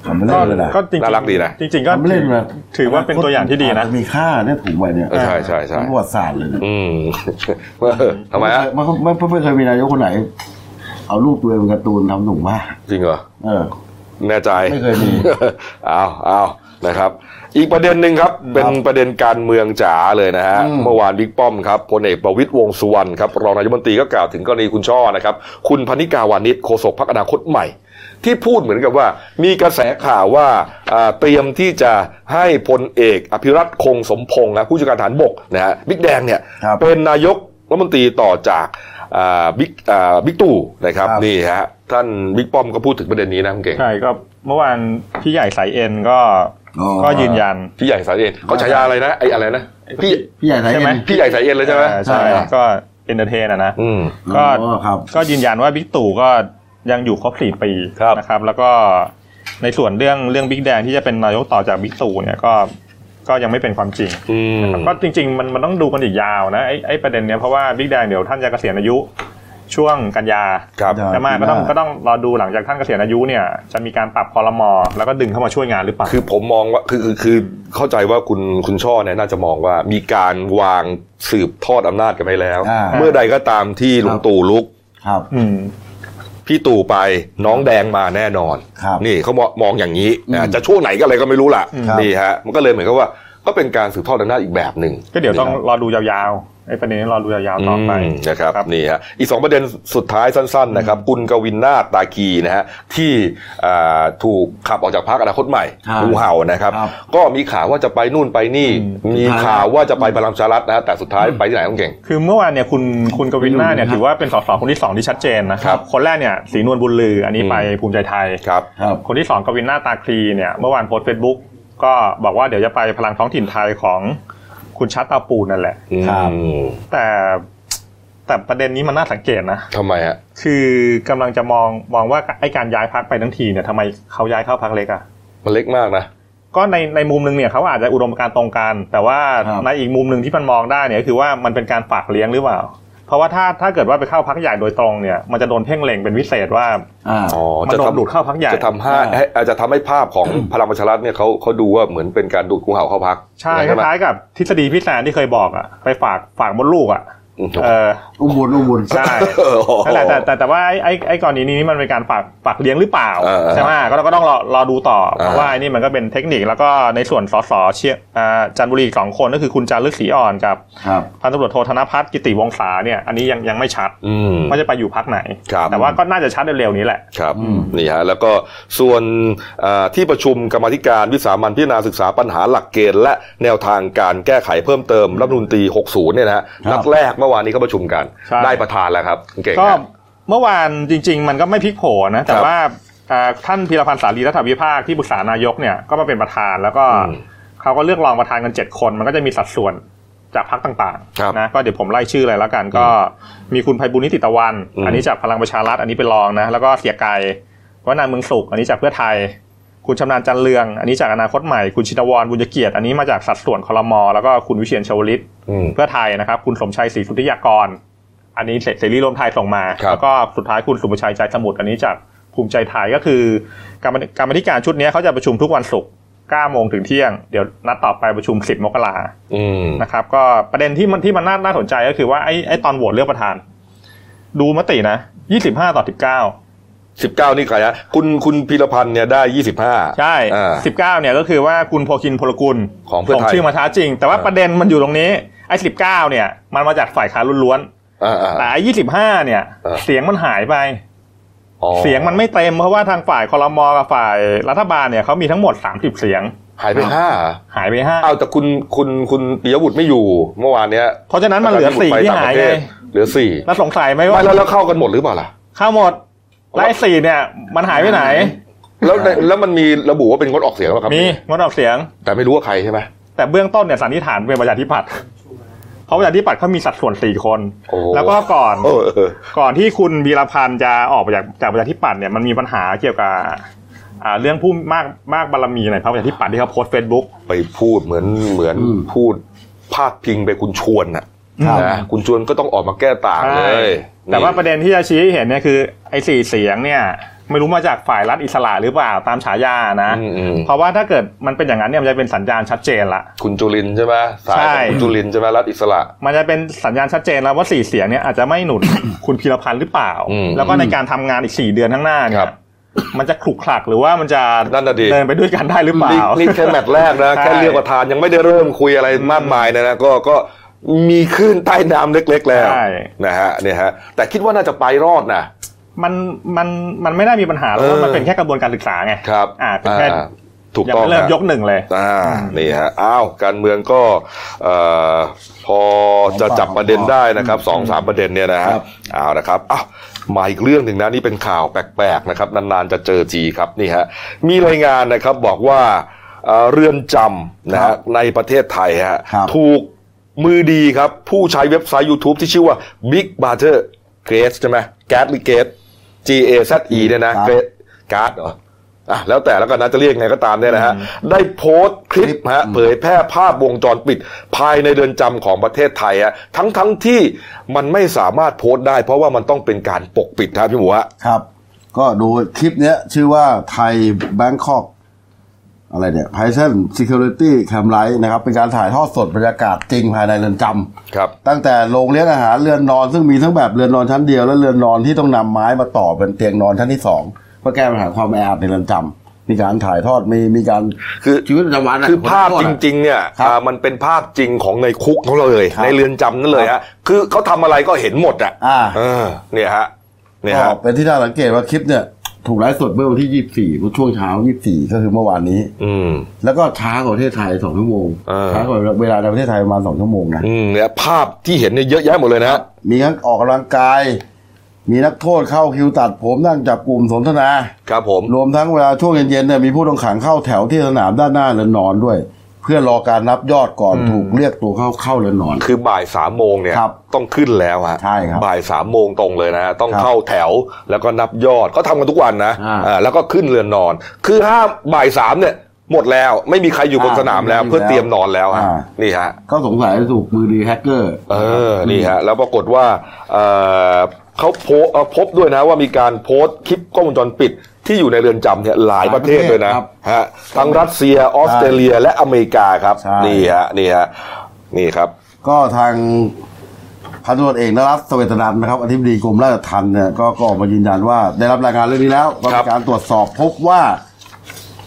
S2: ทำไม่เล่นเลยนะ
S3: ก็จริงๆ
S1: น่ารักดีนะ
S3: จริง ๆ ก็
S2: ทำไม่เล่นเลยนะ
S3: ถือว่าเป็นตัวอย่างที่ดีนะ
S2: มีค่าเนี่ยถูกไปเนี่ย
S1: เออใช่ใช่ใช่
S2: ประวัติศาสตร์เลยนะ
S1: อืม เออทำไมฮะ
S2: ไม่เคยไม่ไม่เคยมีนายกคนไหน เอารูปตัวเองเป็นการ์ตูนทำถุงผ้า
S1: จริงเหรอ
S2: เออ
S1: แน่ใจ
S2: ไม่เคย มี
S1: อ้าวอ้าวนะครับ อีกประเด็นหนึ่งครับ เป็นประเด็นการเมืองจ๋าเลยนะฮะ เมื่อวานบิ๊กป้อมครับพลเอกประวิตยวงษ์สุวรรณครับรองนายกรัฐมนตรีก็กล่าวถึงกรณีคุณช่อนะครับ คุณพนิกาวานิชโฆษกพรรคอนาคตใหม่ ที่พูดเหมือนกับว่า มีกระแสข่าวว่าอ่าเตรียมที่จะให้พลเอกอภิรัตคงสมพงษ์นะผู้จัดการฐานบกนะฮะบิ๊กแดงเนี่ย
S2: ครับ
S1: เป็นนายกรัฐมนตรีต่อจากอ่าบิ๊กอ่าบิ๊กตู่นะครับ
S2: ครับ
S1: นี่ฮะท่านบิ๊กป้อมก็พูดถึงประเด็นนี้นะคุณเก่ง
S3: ใช่ก็เมื่อวานพี่ใหญ่สายเอ็นก็
S2: อ๋อ
S3: ก็ยืนยัน
S1: พี่ใหญ่สายเอ็นเขาฉายาอะไรนะไอ้อะไรนะพี่
S2: พี่ใหญ่ไหน
S3: ใช่ไหม
S2: เอ็น
S1: พี่ใหญ่สายเอ็นเลยใช่ไหม
S3: เออใช่
S2: ใช่ครับ
S3: ก็เอนเตอร์เทนอะนะ
S1: อืม
S3: ก็
S2: อ๋อครับ
S3: ก็ยืนยันว่าบิ๊กตู่ก็ยังอยู่ครบสี่ปี
S1: ครับ
S3: นะครับ แล้วก็ในส่วนเรื่องเรื่องบิ๊กแดงที่จะเป็นนายกต่อจากบิ๊กตู่เนี่ยก็ก็ยังไม่เป็นความจริง
S1: อืม
S3: ก็จริง ๆ มันมันต้องดูกันอีกยาวนะไอ้ไอ้ประเด็นเนี้ยเพราะว่าบิ๊กแดงเดี๋ยวท่านจะเกษียณอายุช่วงกันยา
S1: ครับ
S2: ได้
S3: ใช่ไหมก็ต้องก็ต้องรอดูหลังจากท่านเกษียณอายุเนี่ยจะมีการปรับคอรมอแล้วก็ดึงเข้ามาช่วยงานหรือเปล่า
S1: คือผมมองว่าคือคือคือเข้าใจว่าคุณคุณช่อเนี่ยน่าจะมองว่ามีการวางสืบทอดอำนาจกันไปแล้ว
S2: อ่า
S1: เมื่อใดก็ตามที่ลุงตู่ลุก
S2: ครับ
S3: อืม
S1: พี่ตู่ไปน้องแดงมาแน่นอน
S2: ครับ
S1: นี่เขามองมองอย่างนี้นะ
S2: อืม
S1: จะช่วงไหนก็อะไรก็ไม่รู้ล่ะ
S2: ครับ
S1: นี่ฮะมันก็เลยเหมือนกับว่าก็เป็นการสืบทอดอำนาจอีกแบบหนึ่ง
S3: ก็เดี๋ยวต้องรอดูยาวๆไอ้ประเด็นนี้รอดูยาวๆต่อไป
S1: มนะครับ
S3: ครับ
S1: นี่ฮะอีกสองประเด็นสุดท้ายสั้นๆนะครับคุณกวินนาถตาคีนะฮะที่อ่าถูกขับออกจากพรรคอนาคตใหม่
S2: ครับ
S1: งูเห่านะครับ
S2: ครับ
S1: ก็มีข่าวว่าจะไปนู่นไปนี่ มีข่าวว่าจะไปพลังประชารัฐนะฮะแต่สุดท้ายไปที่ไหนต้องเก่ง
S3: คือเมื่อวานเนี่ยคุณคุณกวินหน้าเนี่ย
S2: ครับ
S3: ถือว่าเป็นสสคนที่สองที่ชัดเจนนะค
S1: ครั
S3: รั
S1: บบ
S3: คนแรกเนี่ยสีนวลบุญลืออันนี้
S1: อืม
S3: ไปภูมิใจไทย
S1: ครับ
S2: ครับ
S3: คนที่สองกวินหน้าตาคลีเนี่ยเมื่อวานโพสต์เฟซบุ๊กก็บอกว่าเดี๋ยวจะไปพลังท้องถิ่นไทยของคุณชัดเตาปูนนั่นแหละ
S2: ครับ
S1: อืม
S3: แต่แต่ประเด็นนี้มันน่าสังเกตนะ
S1: ทำไมฮะ
S3: คือกำลังจะมองมองว่าไอการย้ายพักไปทั้งทีเนี่ยทำไมเขาย้ายเข้าพักเล็กอะ
S1: มันเล็กมากนะ
S3: ก็ในในมุมหนึ่งเนี่ยเขาอาจจะอุดมการณ์ตรงกันแต่ว่า
S2: ครับ
S3: ในอีกมุมหนึ่งที่มันมองได้เนี่ยก็คือว่ามันเป็นการฝากเลี้ยงหรือเปล่า เพราะว่าถ้าถ้าเกิดว่าไปเข้าพักใหญ่โดยตรงเนี่ยมันจะโดนเพ่งเล็งเป็นพิเศษว่า
S2: อ่า
S1: อ๋อ
S3: มันโดนดูดเข้าพรรคใหญ่
S1: จะทำให้ให้อาจจะทำให้ภาพของ พลังประชารัฐเนี่ยเขาเขาดูว่าเหมือนเป็นการดูดงูเห่าเข้าพัก
S3: ใช่ค
S1: ไหม
S3: ล้ายๆกับทฤษฎีพี่แซนที่เคยบอกอะไปฝากฝากมดลูกอะ
S1: อืม
S3: เออ
S2: อุบลอุบล
S3: ใช่
S1: เออ
S3: นั่นแหละแต่แต่แต่ว่าไอ้ไอ้ไอ้กรณีนี้มันเป็นการฝากฝากเลี้ยงหรือเปล่า
S1: เออ
S3: ใช่ไหมก็เราก็ต้องรอรอดูต่อ
S1: อ่า
S3: เพราะว่าไอ้นี่มันก็เป็นเทคนิคแล้วก็ในส่วนสสเชียงอ่าจันทบุรีสองคนก็คือคุณจารึกศรีอ่อนกับ
S2: ครับ
S3: พันตำรวจโทธนพัฒน์กิติวงศาเนี่ยอันนี้ยังยังไม่ชัด
S1: อืม
S3: ว่าจะไปอยู่พักไหน
S1: ครับ
S3: แต่ว่าก็น่าจะชัดเร็วๆนี้แหละ
S1: ครับ
S2: อืม
S1: นี่ฮะแล้วก็ส่วนเอ่อที่ประชุมกรรมาธิการวิสามันพิจารณาศึกษาปัญหาหลักเกณฑ์ และแนวทางการแก้ไขเพิ่มเติมรัฐธรรมนูลตี60 เนี่ยนะฮะนัดแรกเมื่อวานนี้ก็ประชุมกัน
S3: ใช่
S1: ได้ประธานแล้วครับคุณเก่ง
S3: ก็
S1: ฮะ
S3: เมื่อวานจริง ๆ มันก็ไม่พลิกโผนะแต่
S1: ครับ
S3: ว่าอ่าท่านพีรพันธ์สารีรัฐวิภาคที่ปรึกษานายกเนี่ยก็มาเป็นประธานแล้วก็
S1: อืม
S3: เขาก็เลือกรองประธานกันเจ็ดคน มันก็จะมีสัดส่วนจากพรรคต่าง
S1: ครับ
S3: ๆนะก็เดี๋ยวผมไล่ชื่อเลยแล้วกันก็มีคุณภัยบุญนิติตะวัน
S1: อืม
S3: อันนี้จากพลังประชารัฐอันนี้เป็นรองนะแล้วก็เสียไกรวนานเมืองสุข อันนี้จากเพื่อไทย คุณชำนาญจันทร์เรือง อันนี้จากอนาคตใหม่คุณชินวรบุญเกียรติอันนี้มาจากสัดส่วนคอรมอแล้วก็คุณวิเชียนชวลิต
S1: อืม
S3: เพื่อไทยนะครับ คุณสมชัยศรีสุทธิยากร อันนี้เสรีรวมไทยส่งมา
S1: ครับ
S3: แล้วก็สุดท้ายคุณสุภชัยใจสมุทรอันนี้จากภูมิใจไทยก็คือ การการบธิการชุดนี้เขาจะประชุมทุกวันศุกร์9โมงถึงเที่ยง เดี๋ยวนัดต่อไปประชุม 10 มกรา
S1: อืม
S3: นะครับ ก็ประเด็นที่มันที่มันน่าน่าสนใจก็คือว่าไอ้ไอ้ตอนโหวตเลือกประธาน ดูมตินะ 25 ต่อ 19
S1: 19 นี่ใครฮะคุณคุณพีรพันธ์เนี่ยได้ 25
S3: ใช่
S1: อ่า
S3: 19 เนี่ยก็คือว่าคุณโพคินพลกุล
S1: ของเพื่อไทย
S3: ส่งชื่อมาท้าจริง แต่ว่าประเด็นมันอยู่ตรงนี้ไอ้19 เนี่ย มันมาจากฝ่ายค้านล้วนๆ
S1: อ่าอ่า
S3: แต่ยี่สิบห้าเนี่ย
S1: เออ
S3: เสียงมันหายไป
S1: อ๋อ
S3: เสียงมันไม่เต็มเพราะว่าทางฝ่ายคอรมอกับฝ่ายรัฐบาลเนี่ยเขามีทั้งหมด 30 เสียง
S1: หายไปห้า
S3: หายไปห้า
S1: อ้าวแต่คุณคุณคุณปิยบุตรไม่อยู่เมื่อวานเนี้ย
S3: เพราะฉะนั้นมันเหลือสี่ที่หาย
S1: ป
S3: ไง
S1: ต่งประเทศ เหลือสี่
S3: แล้วสงสัยไหมว่า
S1: ไม่แล้วแล้วเข้ากันหมดหรือเปล่าล่ะ
S3: ข้าวหมดไล่สี่เนี่ย มันหายไปไหน
S1: แล้วในแล้วมันมีระบุว่าเป็นงดออกเสียงหรอครับ
S3: มีงดออกเสียง
S1: แต่ไม่รู้ว่าใครใช่ไหม
S3: แต่เบื้องต้นเนี่ยสันนิษฐานเป็นประชาธิปัตย์เพราะประชาธิปัตย์เขามีสัดส่วนสี่คน
S1: โอ้
S3: แล้วก็ก่อน
S1: เออเออ
S3: ก่อนที่คุณวีรพันธ์จะออกไปจากจากประชาธิปัตย์เนี่ยมันมีปัญหาเกี่ยวกับอ่าเรื่องผู้มากมากบารมีในพรรคประชาธิปัตย์ที่เขาโพสต์เฟซบุ๊ก
S1: ไปพูดเหมือนเหมือน
S2: อืม
S1: พูดพาดพิงไปคุณชวนน่ะ
S2: ครับ
S1: นะคุณชวนก็ต้องออกมาแก้ต่าง
S3: ใช่
S1: เลย
S3: แต่ว่าประเด็นที่จะชี้ให้เห็นเนี่ยคือไอ้สี่เสียงเนี่ยไม่รู้มาจากฝ่ายรัฐอิสระหรือเปล่าตามฉายานะ
S1: อืมอืม
S3: เพราะว่าถ้าเกิดมันเป็นอย่างนั้นเนี่ยมันจะเป็นสัญญาณชัดเจนละ
S1: คุณจุลินใช่ไหมสายข
S3: ใช่
S1: องคุณจุลินใช่ไหมรัฐอิสระ
S3: มันจะเป็นสัญญาณชัดเจนแล้วว่าสี่เสียงเนี่ยอาจจะไม่หนุ น คุณพีรพันธ์หรือเปล่า
S1: อืม
S3: แล้วก็ในการทำงานอีกสี่เดือนข้างหน้าเนี่
S1: ครั
S3: ย
S1: บ
S3: มันจะขลุกขลักหรือว่ามันจะ
S1: นั่นน่ะดิ
S3: เดินไปด้วยกันได้หรือเปล่า
S1: นี่นี่แค่แมตช์แรกนะ
S3: ใช่
S1: แค่เรียกประธานยังไม่ได้เริ่มคุยอะไรมากมายนะนะก็ก็มีคลื่นใต้น้ำเล็ก ๆ แล้ว
S3: ใช่
S1: นะฮะเนี่ยฮะ แต่คิดว่าน่าจะไปรอดนะ
S3: มันมันมันไม่ได้มีปัญหาแล้ว
S1: เออ
S3: มันเป็นแค่กระบวนการศึกษาไง
S1: ครับ
S3: อ่าเป็นแค่
S1: อ่าถูก
S3: ยัง
S1: ต้อง
S3: ไม่เริ่ม
S1: ฮะ
S3: ยกหนึ่งเลย
S1: อ่านี่ฮะอ้าวการเมืองก็เอ่อพอจะจับประเด็นได้นะครับสองสามประเด็นเนี่ยนะฮะ
S2: ครับ
S1: เอานะครับอ้าวมาอีกเรื่องหนึ่งนะนี่เป็นข่าวแปลกๆนะครับนานๆจะเจอจีครับนี่ฮะมีรายงานนะครับบอกว่าเอ่อเรือนจำนะฮะในประเทศไทยฮะ
S2: ครับ
S1: ถูกมือดีครับ ผู้ใช้เว็บไซต์ YouTube ที่ชื่อว่า Big b a t t e r g r a s ใช่ไหม g a t หรือ g a t G A Z E เนี่ยนะ g r a t การ์ดเหรออ่ะแล้วแต่แล้วกันนะจะเรียกไงก็ตามเนี่ยนะฮะ ได้โพสต์คลิปฮะเผยแพร่ภาพวงจรปิด ภายในเรือนจำของประเทศไทยฮะทั้งทั้งที่มันไม่สามารถโพสต์ได้ เพราะว่ามันต้องเป็นการปกปิดนะพี่หมูฮะ
S2: ครับ ก็ดูคลิปเนี้ย ชื่อว่าไทยแบงคอกอะไรเนี่ย Python Security Cam l i v e นะครับ เป็นการถ่ายทอดสดบรรยากาศจริงภายในเรือนจำ
S1: ครับ
S2: ตั้งแต่โรงเลี้ยงอาหารเรือนนอน ซึ่งมีทั้งแบบเรือนนอนชั้นเดียว และเรือนนอนที่ต้องนำไม้มาต่อเป็นเตียงนอนชั้นที่สองเพื่อแก้ปัญหาความแออัดในเรือนจำมีการถ่ายทอดมีมีการ
S1: คือ
S2: ชีวิตประจำวันอะ
S1: คือภาพจ
S2: ขโทษอะ
S1: ริงๆเนี่ย
S2: ครับ
S1: อ่ามันเป็นภาพจริงของในคุกเขาเลย
S2: ครับ
S1: ในเรือนจำนั่นเลยฮะคือเขาทำอะไรก็เห็นหมดอ่ะ
S2: อ่า
S1: เออเนี่ยฮะเนี่ย
S2: ก็
S1: ฮะ
S2: เป็นที่น่าสังเกตว่าคลิปเนี่ย ถูกไลฟ์สดเมื่อวันที่ 24เมื่อช่วงเช้า 24 ก็คือเมื่อวานนี้
S1: อืม
S2: แล้วก็ช้ากว่าประเทศไทยสองชั่วโมง
S1: เออ
S2: ช้ากว่าเวลาในประเทศไทยประมาณสองชั่วโมงนะ
S1: อืมเนี่ยภาพที่เห็นเนี่ยเยอะแยะหมดเลยนะฮะ
S2: มีทั้งออกกำลังกาย มีนักโทษเข้าคิวตัดผมนั่งจับกลุ่มสนทนา
S1: ครับผม
S2: รวมทั้งเวลาช่วงเย็นๆเนี่ยมีผู้ต้องขังเข้าแถวที่สนามด้านหน้าเรือนนอนด้วย เพื่อรอการนับยอดก่อนถูกเรียกตัวเข้าเข้าเรือนนอน
S1: คือบ่ายสามโมงเนี่ย
S2: ครับ
S1: ต้องขึ้นแล้วฮะ
S2: ใช่ครับ
S1: บ่ายสามโมงตรงเลยนะฮะต้อง
S2: ครับ
S1: เข้าแถวแล้วก็นับยอดเขาทำกันทุกวันนะ
S2: อ่า
S1: อ่าแล้วก็ขึ้นเรือนนอน คือห้าบ่ายสามเนี่ย หมดแล้วไม่มีใครอยู่บน
S2: อ่า
S1: สนามแล้ว
S2: ไม่มี
S1: เพื่อเตรียมนอนแล้วฮะ
S2: อ่า
S1: นี่ฮะ
S2: ก็สงสัยถูกมือดีแฮกเกอร์
S1: เออ นี่ฮะ แล้วปรากฏว่าเอ่อเขาโพเอ่อพบด้วยนะว่ามีการโพสต์คลิปกล้องวงจรปิดที่อยู่ในเรือนจำเนี่ยหลายประเทศเลยนะ
S2: หลายประเทศครับ
S1: ฮะทั้งรัสเซียออสเตรเลียและอเมริกาครับ
S2: ใช่
S1: นี่ฮะนี่ฮะนี่ครับ
S2: ก็ทางพันตำรวจเอกนรัตน์เสเวตนันท์นะครับอธิบดีกรมราชทัณฑ์เนี่ยก็ก็ออกมายืนยันว่า ได้รับรายงานเรื่องนี้แล้วก็
S1: ครั
S2: มี
S1: บ
S2: การตรวจสอบพบว่า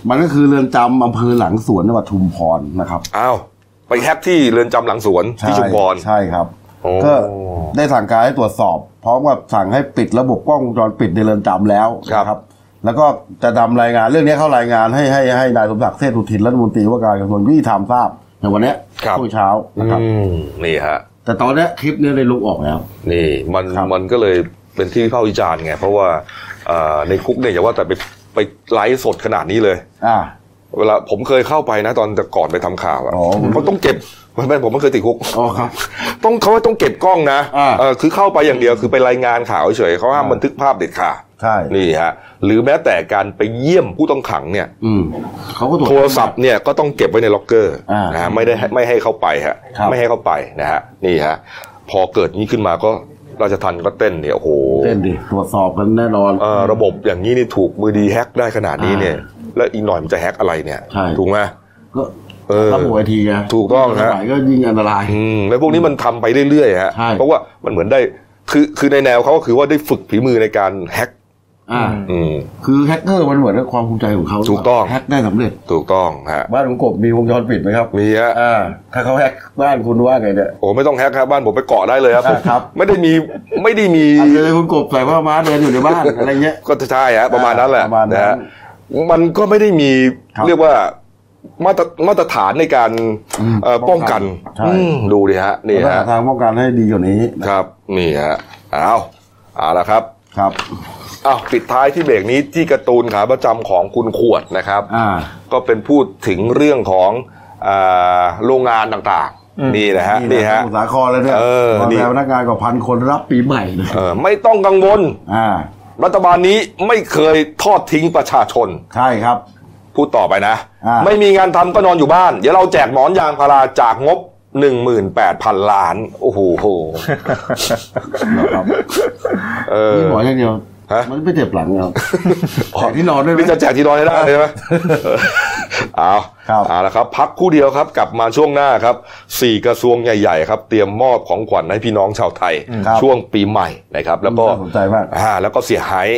S2: มันก็คือเรือนจำอำเภอหลังสวนจังหวัดชุมพรนะครับ
S1: อ้าวไปแฮกที่เรือนจำหลังสวนที่ชุมพร
S2: ใช่ครับ
S1: โอ้
S2: ก็ได้สั่งการให้ตรวจสอบ พร้อมกับสั่งให้ปิดระบบกล้องวงจรปิดในเรือนจำแล้วนะแล้วก็จะนำรายงานเรื่องนี้เข้ารายงานให้ให้ให้นายสมศักดิ์เทพสุทินรัฐมนตรีว่าการกระทรวงยุติธรรมทราบในวันเนี้ย
S1: ครับ
S2: ช่วงเช้านะครับ
S1: อืมนี่ฮะ
S2: แต่ตอนเนี้ยคลิปเนี้ได้ลบออกแล้ว
S1: นี่มัน
S2: ครับ
S1: มันก็เลยเป็นที่วิพากษ์วิจารณ์ไง เพราะว่าเอ่อในคุกเนี่ยอย่าว่าแต่ไปไปไลฟ์สดขนาดนี้เลย
S2: อ่า
S1: เวลาผมเคยเข้าไปนะตอนแต่ก่อนไปทำข่าวอะ
S2: อ๋อ
S1: เขาต้องเก็บไม่ไม่ผมไม่เคยติดคุก
S2: อ๋อครับ
S1: ต้องเขาว่าต้องเก็บกล้องนะ
S2: อ่า
S1: เออคือเข้าไปอย่างเดียวคือไปรายงานข่าวเฉยๆเขาห้าม
S2: อ่า
S1: บันทึกภาพเด็ดขาด
S2: ใช่
S1: นี่ฮะหรือแม้แต่การไปเยี่ยมผู้ต้องขังเนี่ย
S2: อืมเขาก็ตรวจ
S1: โทรศัพท์เนี่ยก็ต้องเก็บไว้ในล็อกเกอร์
S2: อ่า
S1: นะฮะไม่ได้ให้ไม่ให้เข้าไปฮะ
S2: ครับ
S1: ไม่ให้เข้าไปนะฮะนี่ฮะพอเกิดนี้ขึ้นมาก็ราชทันก็เต้นเนี่ยโอ้โห
S2: เต้นดิ ตรวจสอบกันแน่นอน
S1: เอ่อระบบอย่างนี้นี่ถูกมือดีแฮ็กได้ขนาดนี้เนี่ย แล้วอีกหน่อยมันจะแฮ็กอะไรเนี่ย
S2: ใช่
S1: ถูกไหม
S2: ก็
S1: เออ
S2: ระบบไอทีไง
S1: ถูกต้องฮะ
S2: สมัยก็ยิ่งอันตราย
S1: อืมแล้วพวกนี้มันทำไปเรื่อยๆฮะ
S2: ใช่
S1: เพราะว่ามันเหมือนได้คือคือในแนวเขาก็คือว่าได้ฝึกฝีมือในการแฮ็ก
S2: อ่า
S1: อืม
S2: คือแฮกเกอร์มันเหมือนกับความภูมิใจของเขา
S1: ถูกต้อง
S2: แฮกได้สำเร็จ
S1: ถูกต้องฮะ
S2: บ้านของกบมีวงจรปิดไหมครับ
S1: มีฮะ
S2: อ่า ถ้าเขาแฮกบ้านคุณว่าไงเนี่ย
S1: โอ้ไม่ต้องแฮ็กครับบ้านผมไปเกาะได้เลยครับ
S2: อ่าครับ
S1: ไม่ได้มีไม่ได้มี
S2: อาจจะเลยคุณกบใส่ผ้าม้าเดินอยู่ในบ้านอะไรเงี้ย
S1: ก็ใช่ฮะประมาณนั้นแหละ
S2: ประมาณนั้น
S1: ฮมันก็ไม่ได้มี
S2: ครับ
S1: เรียกว่า มาตรมาตรฐานในการเอ่อป้องกัน
S2: ใช่
S1: อืมดูดิฮะนี่
S2: แล้วก็หา
S1: ฮะ
S2: ทางป้องกันให้ดีกว่านี้นะครับ
S1: นี่ฮะเอาเอาละครับ
S2: ครับ
S1: อ้าวปิดท้ายที่เบรกนี้ที่การ์ตูนขาประจำของคุณขวดนะครับ
S2: อ่า
S1: ก็เป็นพูดถึงเรื่องของอาโรงงานต่างๆ นี่นะฮะ
S2: นี่
S1: นี่
S2: นะ
S1: ฮะ
S2: สมุทรสาครเลยเนี่ย
S1: เออ
S2: มา
S1: นี่
S2: แล้วพนักงานกว่าพันคนรับปีใหม่เลย
S1: เออไม่ต้องกังวล
S2: อ่า
S1: รัฐบาลนี้ไม่เคยทอดทิ้งประชาชน
S2: ใช่ครับ
S1: พูดต่อไปนะ
S2: อ่า
S1: ไม่มีงานทำก็นอนอยู่บ้าน เดี๋ยวเราแจกหมอนยางพาราจากงบ 18,000 ล้าน โอ้โห
S2: ครับ
S1: เออ
S2: นี่หมออย่างเดียว
S1: ฮะ
S2: มันไม่เจ็บหลังเราขอที่นอนด้วยไหม
S1: นี่จะแจกทีนอนให้ได้ใช่ ไหม เอา
S2: ครับ
S1: เอาละครับ พักครู่เดียวครับ กลับมาช่วงหน้าครับสี่กระทรวงใหญ่ๆครับ เตรียมมอบของขวัญให้พี่น้องชาวไทย
S2: ครับ
S1: ช่วงปีใหม่นะครับ แล้วก็
S2: น่าสนใจมาก
S1: อ่าแล้วก็เสียหาย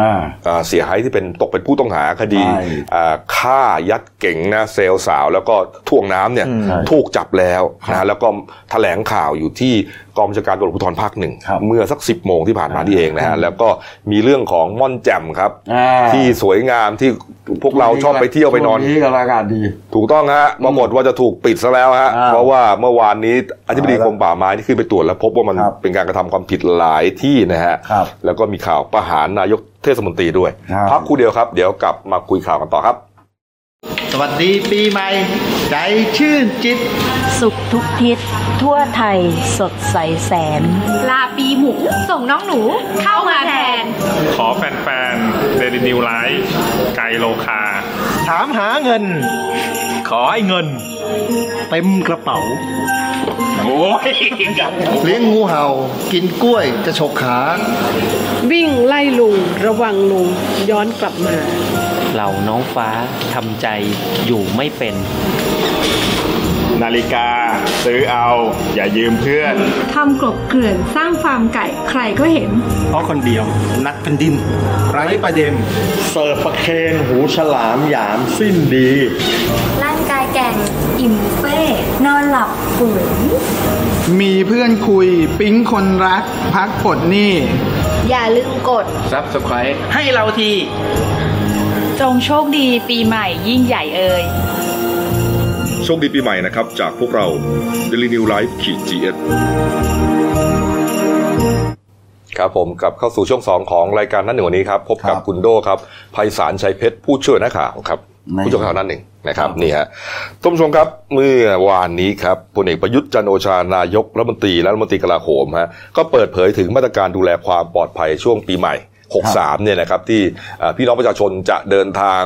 S2: อ่า
S1: อ่าเสียหายที่เป็นตกเป็นผู้ต้องหาคดี
S2: ใช่
S1: อ่าฆ่ายัดเก๋งนะเซลล์สาวแล้วก็ท่วงน้ำเนี่ย
S3: อืม
S2: ใช่
S1: ถูกจับแล้วนะแล้วก็แถลงข่าวอยู่ที่กองบัญชาการตำรวจภูธรภาคหนึ่ง
S2: ครับ
S1: เมื่อสักสิบโมงที่ผ่านมานี่เองนะฮะแล้วก็มีเรื่องของม่อนแจ่มครับ
S2: อ่า
S1: ที่สวยงามที่พวกเราชอบไปเที่ยวไปนอน
S2: ช่วงนี้กำลังอากาศดี
S1: ถูกต้องฮะปรากฏว่าจะถูกปิดซะแล้วฮะ
S2: อ่า
S1: เพราะว่าเมื่อวานนี้อธิบดี
S2: เอาละ
S1: กรมป่าไม้ที่ขึ้นไปตรวจแล้วพบว่ามัน
S2: ครับ
S1: เป็นการกระทำความผิดหลายที่นะฮะ
S2: ครับ
S1: แล้วก็มีข่าวประหารนายกเทศมนตรีด้วย
S2: ครับ
S1: พักครู่เดียวครับ เดี๋ยวกลับมาคุยข่าวกันต่อครับ
S4: สวัสดีปีใหม่ ใจชื่นจิต
S5: สุขทุกทิศ ทั่วไทยสดใสแสน
S6: ลาปีหมู ส่งน้องหนูเข้ามาแทน
S3: ขอแฟนๆเดลินิวไลฟ์ไกลโลคา
S4: ถามหาเงิน
S3: ขอให้เงิน
S4: เต็มกระเป๋า
S3: โอ้ยดัง
S4: เลี้ยงงูเห่า กินกล้วยจะฉกขา
S7: วิ่งไล่ลุงระวังลุงย้อนกลับมา
S8: เหล่าน้องฟ้าทำใจอยู่ไม่เป็น
S3: นาฬิกา ซื้อเอา อย่ายืมเพื่อน
S6: ทำกลบเกลื่อนสร้างฟาร์มไก่ใครก็เห็น
S4: เพราะคนเดียว นักแผ่นดิน ไร้ประเด็น เสิร์ฟประเคนหูฉลามหยามสิ้นดี
S6: ร่างกายแก่ง อิ่มเฟ้นอนหลับปุ๋ย
S9: มีเพื่อนคุยปิ๊งคนรัก พักปลดหนี้
S6: อย่าลืมกด
S8: ให้เราที
S5: จงโชคดีปีใหม่ยิ่งใหญ่เอ่ย
S1: โชคดีปีใหม่นะครับ จากพวกเรา Daily New Life ขีด GS ครับผมกลับเข้าสู่ช่วง 2 ของรายการนั้นหนึ่งวันนี้ครับ พบกับ
S2: ครับ
S1: คุณโดครับไพศาลชัยเพชรผู้ช่วยนักข่าวครับ
S2: ใน
S1: ผู้ช่วยข่าวนั้นหนึ่งนะครับนี่ฮะท่านผู้ชมครับเมื่อวานนี้ครับพลเอกประยุทธ์จันทร์โอชานายกรัฐมนตรีและรัฐมนตรีกลาโหมฮะก็เปิดเผยถึงมาตรการดูแลความปลอดภัยช่วงปีใหม่ 63เนี่ยนะครับที่เอ่อพี่น้องประชาชนจะเดินทาง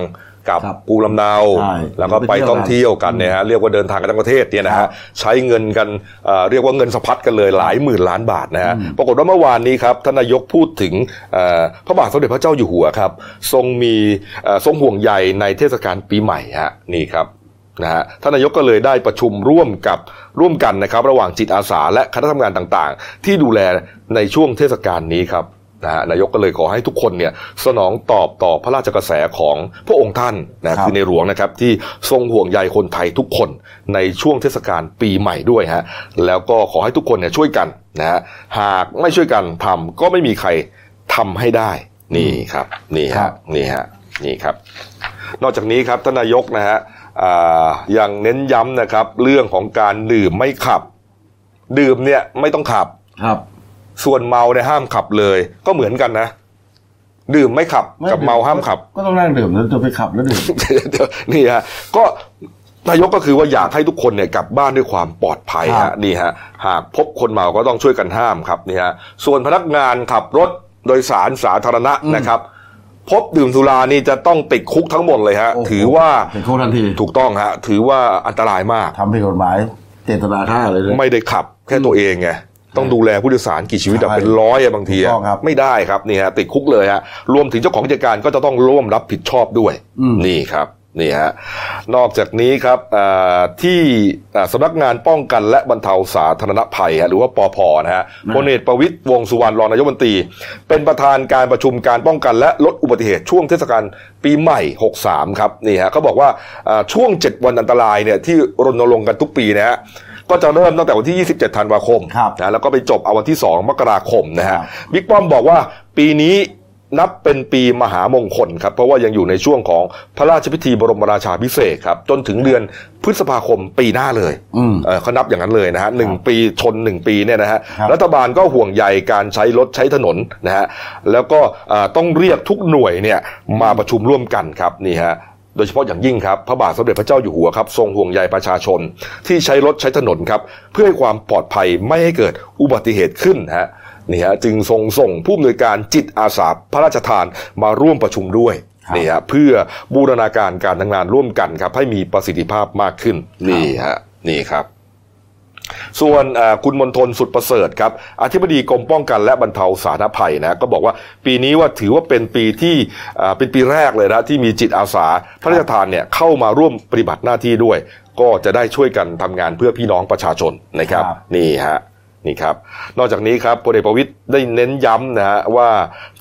S1: กลับ
S2: ครับ
S1: ภูมิลำเนา
S2: ใช่
S1: แล้วก็ไปท่องเที่ยวกันเนี่ยฮะเรียกว่าเดินทางกันทั้งประเทศเนี่ยนะฮะใช้เงินกันเอ่อเรียกว่าเงินสะพัดกันเลยหลายหมื่นล้านบาทนะฮะปรากฏว่าเมื่อวานนี้ครับท่านนายกพูดถึงเอ่อพระบาทสมเด็จพระเจ้าอยู่หัวครับ ทรงมีเอ่อทรงห่วงใยในเทศกาลปีใหม่ฮะนี่ครับ นะฮะท่านนายกก็เลยได้ประชุมร่วมกับร่วมกันนะครับ ระหว่างจิตอาสาและคณะทำงานต่างๆ ที่ดูแลในช่วงเทศกาลนี้ครับนะฮะนายกก็เลยขอให้ทุกคนเนี่ยสนองตอบต่อพระราชกระแสของพระองค์ท่านนะคือในหลวงนะครับที่ทรงห่วงใยคนไทยทุกคนในช่วงเทศกาลปีใหม่ด้วยฮะแล้วก็ขอให้ทุกคนเนี่ยช่วยกันนะฮะหากไม่ช่วยกันทำก็ไม่มีใครทำให้ได้นี่ครับนี่
S2: ครั
S1: ฮะ
S2: บ
S1: นี่ฮะนี่ครับ นอกจากนี้ครับท่านนายกนะฮะอ่ายังเน้นย้ำนะครับ เรื่องของการดื่มไม่ขับ ดื่มเนี่ยไม่ต้องขับ
S2: ครับ
S1: ส่วนเมาเนี่ยห้ามขับเลย ก็เหมือนกันนะ ดื่มไม่ขับกับเมาห้ามขับ
S2: ก็ต้องนั่งดื่มแล้วจะไปขับแล้วดื่ม
S1: เดี๋ยวนี่ฮะก็นายกก็คือว่าอยากให้ทุกคนเนี่ยกลับบ้านด้วยความปลอดภัย
S2: ครั
S1: ฮะ
S2: บ
S1: นี่ฮะหากพบคนเมาก็ต้องช่วยกันห้ามครับนี่ฮะส่วนพนักงานขับรถโดยสารสาธารณะนะครับ พบดื่มสุรานี่จะต้องติดคุกทั้งหมดเลยฮะ
S2: โโห
S1: ถือว่า
S2: เป็นโทษทันที
S1: ถูกต้องฮะถือว่าอันตรายมาก
S2: ทำผิดกฎหมาย เจตนาฆ่าเลยนะ
S1: ไม่ได้ขับแค่ตัวเองไงต้องดูแลผู้โดยสารกี่ชีวิตอะ
S2: ใช่
S1: เป็นร้อยอะบางทีอะ
S2: ถูกต้องครับ
S1: ไม่ได้ครับนี่ฮะติดคุกเลยฮะรวมถึงเจ้าของกิจการก็จะต้องร่วมรับผิดชอบด้วย
S2: อืม
S1: นี่ครับนี่ฮะนอกจากนี้ครับอ่าที่อ่าสำนักงานป้องกันและบรรเทาสาธารณภัยฮะหรือว่าปอพนะฮะพลเอกประวิตยวงษ์สุวรรณรองนายกรัฐมนตรี เป็นประธานการประชุมการป้องกันและลดอุบัติเหตุช่วงเทศกาลปีใหม่ 63 ครับนี่ฮะเขาบอกว่าอ่าช่วง 7 วันอันตรายเนี่ยที่รณรงค์กันทุกปีนะฮะก็จะเริ่มตั้งแต่วันที่ 27 ธันวาคม
S2: ครับ
S1: นะแล้วก็ไปจบเอาวันที่ 2 มกราคมนะ
S2: ครั
S1: ฮะ
S2: บ
S1: บิ๊กป้อมบอกว่าปีนี้ นับเป็นปีมหามงคลครับ เพราะว่ายังอยู่ในช่วงของพระราชพิธีบรมราชาพิเศษกครับ จนถึงเดือนพฤษภาคมปีหน้าเลย
S2: อืม
S1: เอ่อเขานับอย่างนั้นเลยนะฮะหนึ่งปีชนหนึ่งปีเนี่ยนะฮะ
S2: ครับ
S1: รัฐบาลก็ห่วงใยการใช้รถใช้ถนนนะฮะแล้วก็เอ่อต้องเรียกทุกหน่วยเนี่ยมาประชุมร่วมกันครับนี่ฮะโดยเฉพาะอย่างยิ่งครับพระบาทสมเด็จพระเจ้าอยู่หัวครับทรงห่วงใยประชาชน ที่ใช้รถใช้ถนนครับเพื่อให้ความปลอดภัยไม่ให้เกิดอุบัติเหตุขึ้นนะฮะ นี่ฮะจึงทรงส่งผู้อำนวยการจิตอาสาพระราชทานมาร่วมประชุมด้วย
S2: ครับ
S1: นี่ฮะเพื่อบูรณาการการทำงานร่วมกันครับ ให้มีประสิทธิภาพมากขึ้นนี่ฮะนี่ครับ ส่วนเอ่อคุณมนทนสุดประเสริฐครับอธิบดีกรมป้องกันและบรรเทาสาธารณภัยนะก็บอกว่าปีนี้ว่าถือว่าเป็นปีที่เอ่อเป็นปีแรกเลยนะที่มีจิตอาสาพระราชทานเนี่ยเข้ามาร่วมปฏิบัติหน้าที่ด้วย ก็จะได้ช่วยกันทำงานเพื่อพี่น้องประชาชนนะครับ
S2: ครับ
S1: นี่ฮะนี่ครับ นอกจากนี้ครับพลเอกประวิตยได้เน้นย้ำนะฮะว่า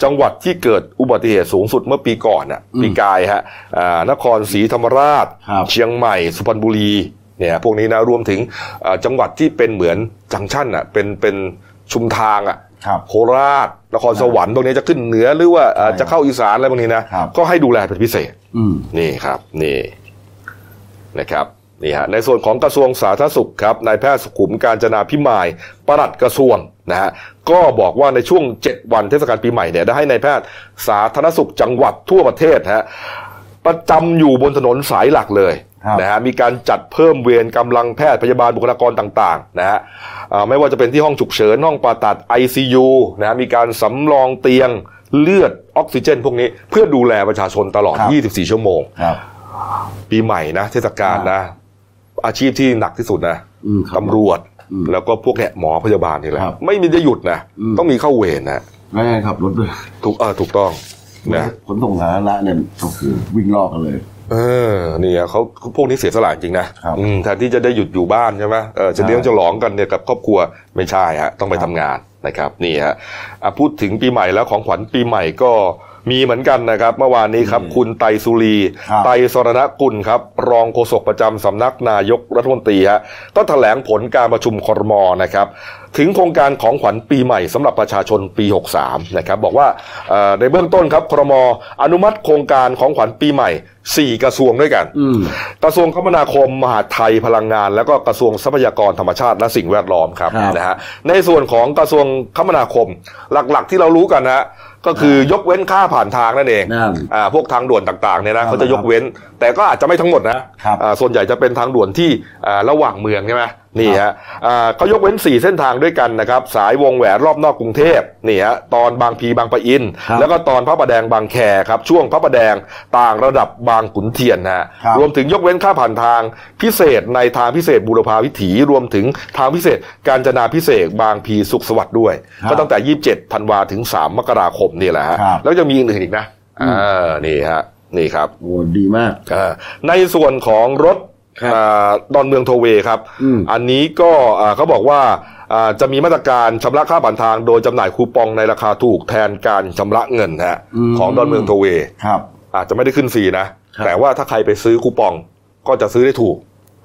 S1: จังหวัดที่เกิดอุบัติเหตุสูงสุดเมื่อปีก่อนน่ะปีกายฮะอ่านครศรีธรรมราช
S2: ครับ
S1: เชียงใหม่สุพรรณบุรีเนี่ยพวกนี้นะรวมถึงเอ่อจังหวัดที่เป็นเหมือนจังชั่นอ่ะเป็นเป็นชุมทางอ่ะ
S2: ครับ
S1: โคราชนครสวรรค์ตรงนี้จะขึ้นเหนือหรือว่าเอ่อ
S2: ใช่
S1: จะเข้าอีสานอะไรพวกนี้นะครับ ก็ให้ดูแลเป็นพิเศษ
S2: อืม
S1: นี่ครับนี่นะครับนี่ฮะในส่วนของกระทรวงสาธารณสุขครับนายแพทย์สุขุมการจนาพิมายปลัดกระทรวงนะฮะก็บอกว่าในช่วง 7 วันเทศกาลปีใหม่เนี่ยได้ให้นายแพทย์สาธารณสุขจังหวัดทั่วประเทศฮะประจำอยู่บนถนนสายหลักเลย
S2: ครับ
S1: นะฮะมีการจัดเพิ่มเวรกำลังแพทย์พยาบาลบุคลากรต่างๆนะฮะอ่าไม่ว่าจะเป็นที่ห้องฉุกเฉินห้องผ่าตัด ICU นะฮะมีการสำรองเตียงเลือดออกซิเจน พวกนี้เพื่อดูแลประชาชนตลอด
S2: ครับ
S1: 24 ชั่วโมง
S2: ครับ
S1: ปีใหม่นะเทศกาลนะ อาชีพที่หนักที่สุดนะ
S2: อืมครับ
S1: ตำรวจ
S2: อืม
S1: แล้วก็พวกเนี่ยหมอพยาบาลนี่แหละ
S2: ครับ
S1: ไม่มีจะหยุดนะ
S2: อืม
S1: ต้องมีเข้าเวรนะ
S2: แล้วยังขับรถด้วย
S1: ถูกเออถูกต้องนะ
S2: ขนส่งสาธารณะเนี่ยโอ้โหวิ่งลอกกันเลย
S1: เออนี่อะเขาพวกนี้เสียสละจริงนะครับ อืมแทนที่จะได้หยุดอยู่บ้านใช่ไหมเออจะเลี้ยง
S2: ใช่
S1: จะหลองกันเนี่ยกับครอบครัวไม่ใช่ฮะต้องไป
S2: ครั
S1: ทำ
S2: บ
S1: งานนะครับนี่ฮะอ่ะพูดถึงปีใหม่แล้วของขวัญปีใหม่ก็มีเหมือนกันนะครับ เมื่อวานนี้ครับ คุณไตรสุรี
S2: ครับ
S1: ไตรสรณกุลครับ รองโฆษกประจำสำนักนายกรัฐมนตรีฮะก็แถลงผลการประชุมครมนะครับ ถึงโครงการของขวัญปีใหม่สำหรับประชาชนปี 63 นะครับ บอกว่าเอ่อในเบื้องต้นครับครมอนุมัติโครงการของขวัญปีใหม่ 4 กระทรวงด้วยกัน
S2: อืม
S1: กระทรวงคมนาคม มหาดไทยพลังงาน แล้วก็กระทรวงทรัพยากรธรรมชาติและสิ่งแวดล้อมครับ
S2: ครับ
S1: นะฮะในส่วนของกระทรวงคมนาคม หลักๆที่เรารู้กันนะฮะก็คือยกเว้นค่าผ่านทางนั่นเอง
S2: นั่น
S1: อ่าพวกทางด่วนต่างๆเนี่ยนะ
S2: นั่น
S1: เขาจะยกเว้น แต่ก็อาจจะไม่ทั้งหมดนะครับอ่าส่วนใหญ่จะเป็นทางด่วนที่อ่าระหว่างเมืองใช่ไหมนี่ฮะอ่าเขายกเว้น 4 เส้นทางด้วยกันนะครับสายวงแหวนรอบนอกกรุงเทพนี่ฮะตอนบางพีบางปะอิน
S2: ครับ
S1: แล้วก็ตอนพระประแดงบางแคครับช่วงพระประแดงต่างระดับบางขุนเทียนนะฮะ
S2: ครับ
S1: รวมถึงยกเว้นค่าผ่านทางพิเศษในทางพิเศษบูรพาวิถี รวมถึงทางพิเศษการจนาพิเศษกบางพีสุขสวัสดิ์ด้วย
S2: ครับ
S1: ก็ตั้งแต่ 27ธันวาถึง 3 มกราคมนี่แหละฮะ
S2: ครับ
S1: แล้วยังมีอื่นๆอีกนะอ่านี่ฮะนี่ครับ
S2: โอ้ดีมาก
S1: อ่าในส่วนของรถ
S2: ครับ
S1: อาดอนเมืองโทเวครับ
S2: อืม
S1: อันนี้ก็อ่าเขาบอกว่าอ่าจะมีมาตรการชำระค่าผ่านทาง โดยจำหน่ายคูปองในราคาถูกแทนการชำระเงินฮะ
S2: อืม
S1: ของดอนเมืองโทเว
S2: ครับ
S1: อาจจะไม่ได้ขึ้นฟรีนะ
S2: ครับ
S1: แต่ว่าถ้าใครไปซื้อคูปองก็จะซื้อได้ถูก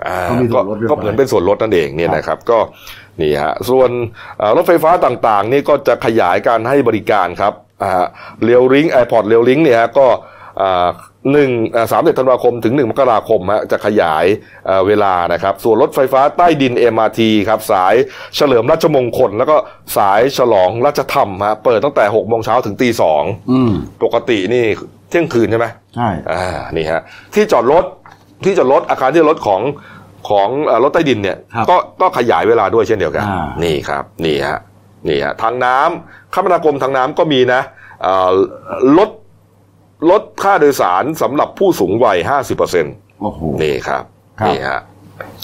S1: อ่า
S2: ก็มีส่
S1: ก็
S2: วนลดด้วย
S1: ก็เหมือนเป็นส่วนลดนั่นเองเนี่ย
S2: ครับ
S1: นะครับก็นี่ฮะส่วนเอ่อรถไฟฟ้าต่างๆ นี่ก็จะขยายการให้บริการครับอ่าเรียวริงแอร์พอร์ตเรียวริงเนี่ยฮะก็อ่าหนึ่งสามเดือนธันวาคมถึงหนึ่งมกราคมฮะจะขยายเอ่อเวลานะครับ ส่วนรถไฟฟ้าใต้ดิน MRT ครับสายเฉลิมราชมงคล แล้วก็สายฉลองราชธรรมฮะเปิดตั้งแต่หกโมงเช้าถึงตีสอง
S2: อืม
S1: ปกตินี่เที่ยงคืนใช่ไหม
S2: ใช่
S1: อ่า นี่ฮะ ที่จอดรถ ที่จอดรถอาคารที่จอดรถของของเอ่อรถใต้ดินเนี่ย
S2: ครับ
S1: ก็ก็ขยายเวลาด้วยเช่นเดียวกัน
S2: อ่า
S1: นี่ครับ นี่ฮะ นี่ฮะ ทางน้ำคมนาคมทางน้ำก็มีนะเอ่อลดลดค่าโดยสารสำหรับผู้สูงวัย 50%
S2: โอ้โห
S1: นี่ครับ
S2: ครับ
S1: นี่ฮะ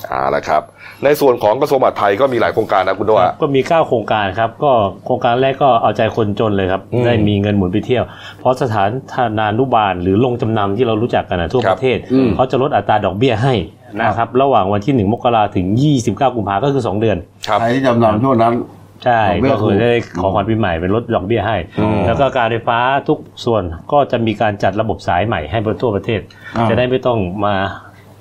S1: เอาละครับ ในส่วนของกระทรวงมหาดไทยก็มีหลายโครงการนะคุณโด้วย
S10: ก็มี 9 โครงการครับ ก็โครงการแรกก็เอาใจคนจนเลยครับ
S1: อืม
S10: ได้มีเงินหมุนไปเที่ยว เพราะสถานธนานุบาลหรือลงจำนำที่เรารู้จักกันนะทั่ว
S1: ครับ
S10: ประเทศ
S2: อืม
S10: เขาจะลดอัตราดอกเบี้ยให้นะครับ ระหว่างวันที่ 1 มกราถึง 29 กุมภาก็คือ 2 เดือน
S1: ครับ
S2: ใครที่จำนำช่วงนั้น
S10: ใช่
S2: ดอกเบี้ย
S10: ก็คือ
S2: ถูก
S10: ได้ของขวัญปีใหม่เป็นลดดอกเบี้ยให้
S1: อืม
S10: แล้วก็การไฟฟ้าทุกส่วนก็จะมีการจัดระบบสายใหม่ให้บนทั่วประเทศ
S2: อ่า
S10: จะได้ไม่ต้องมา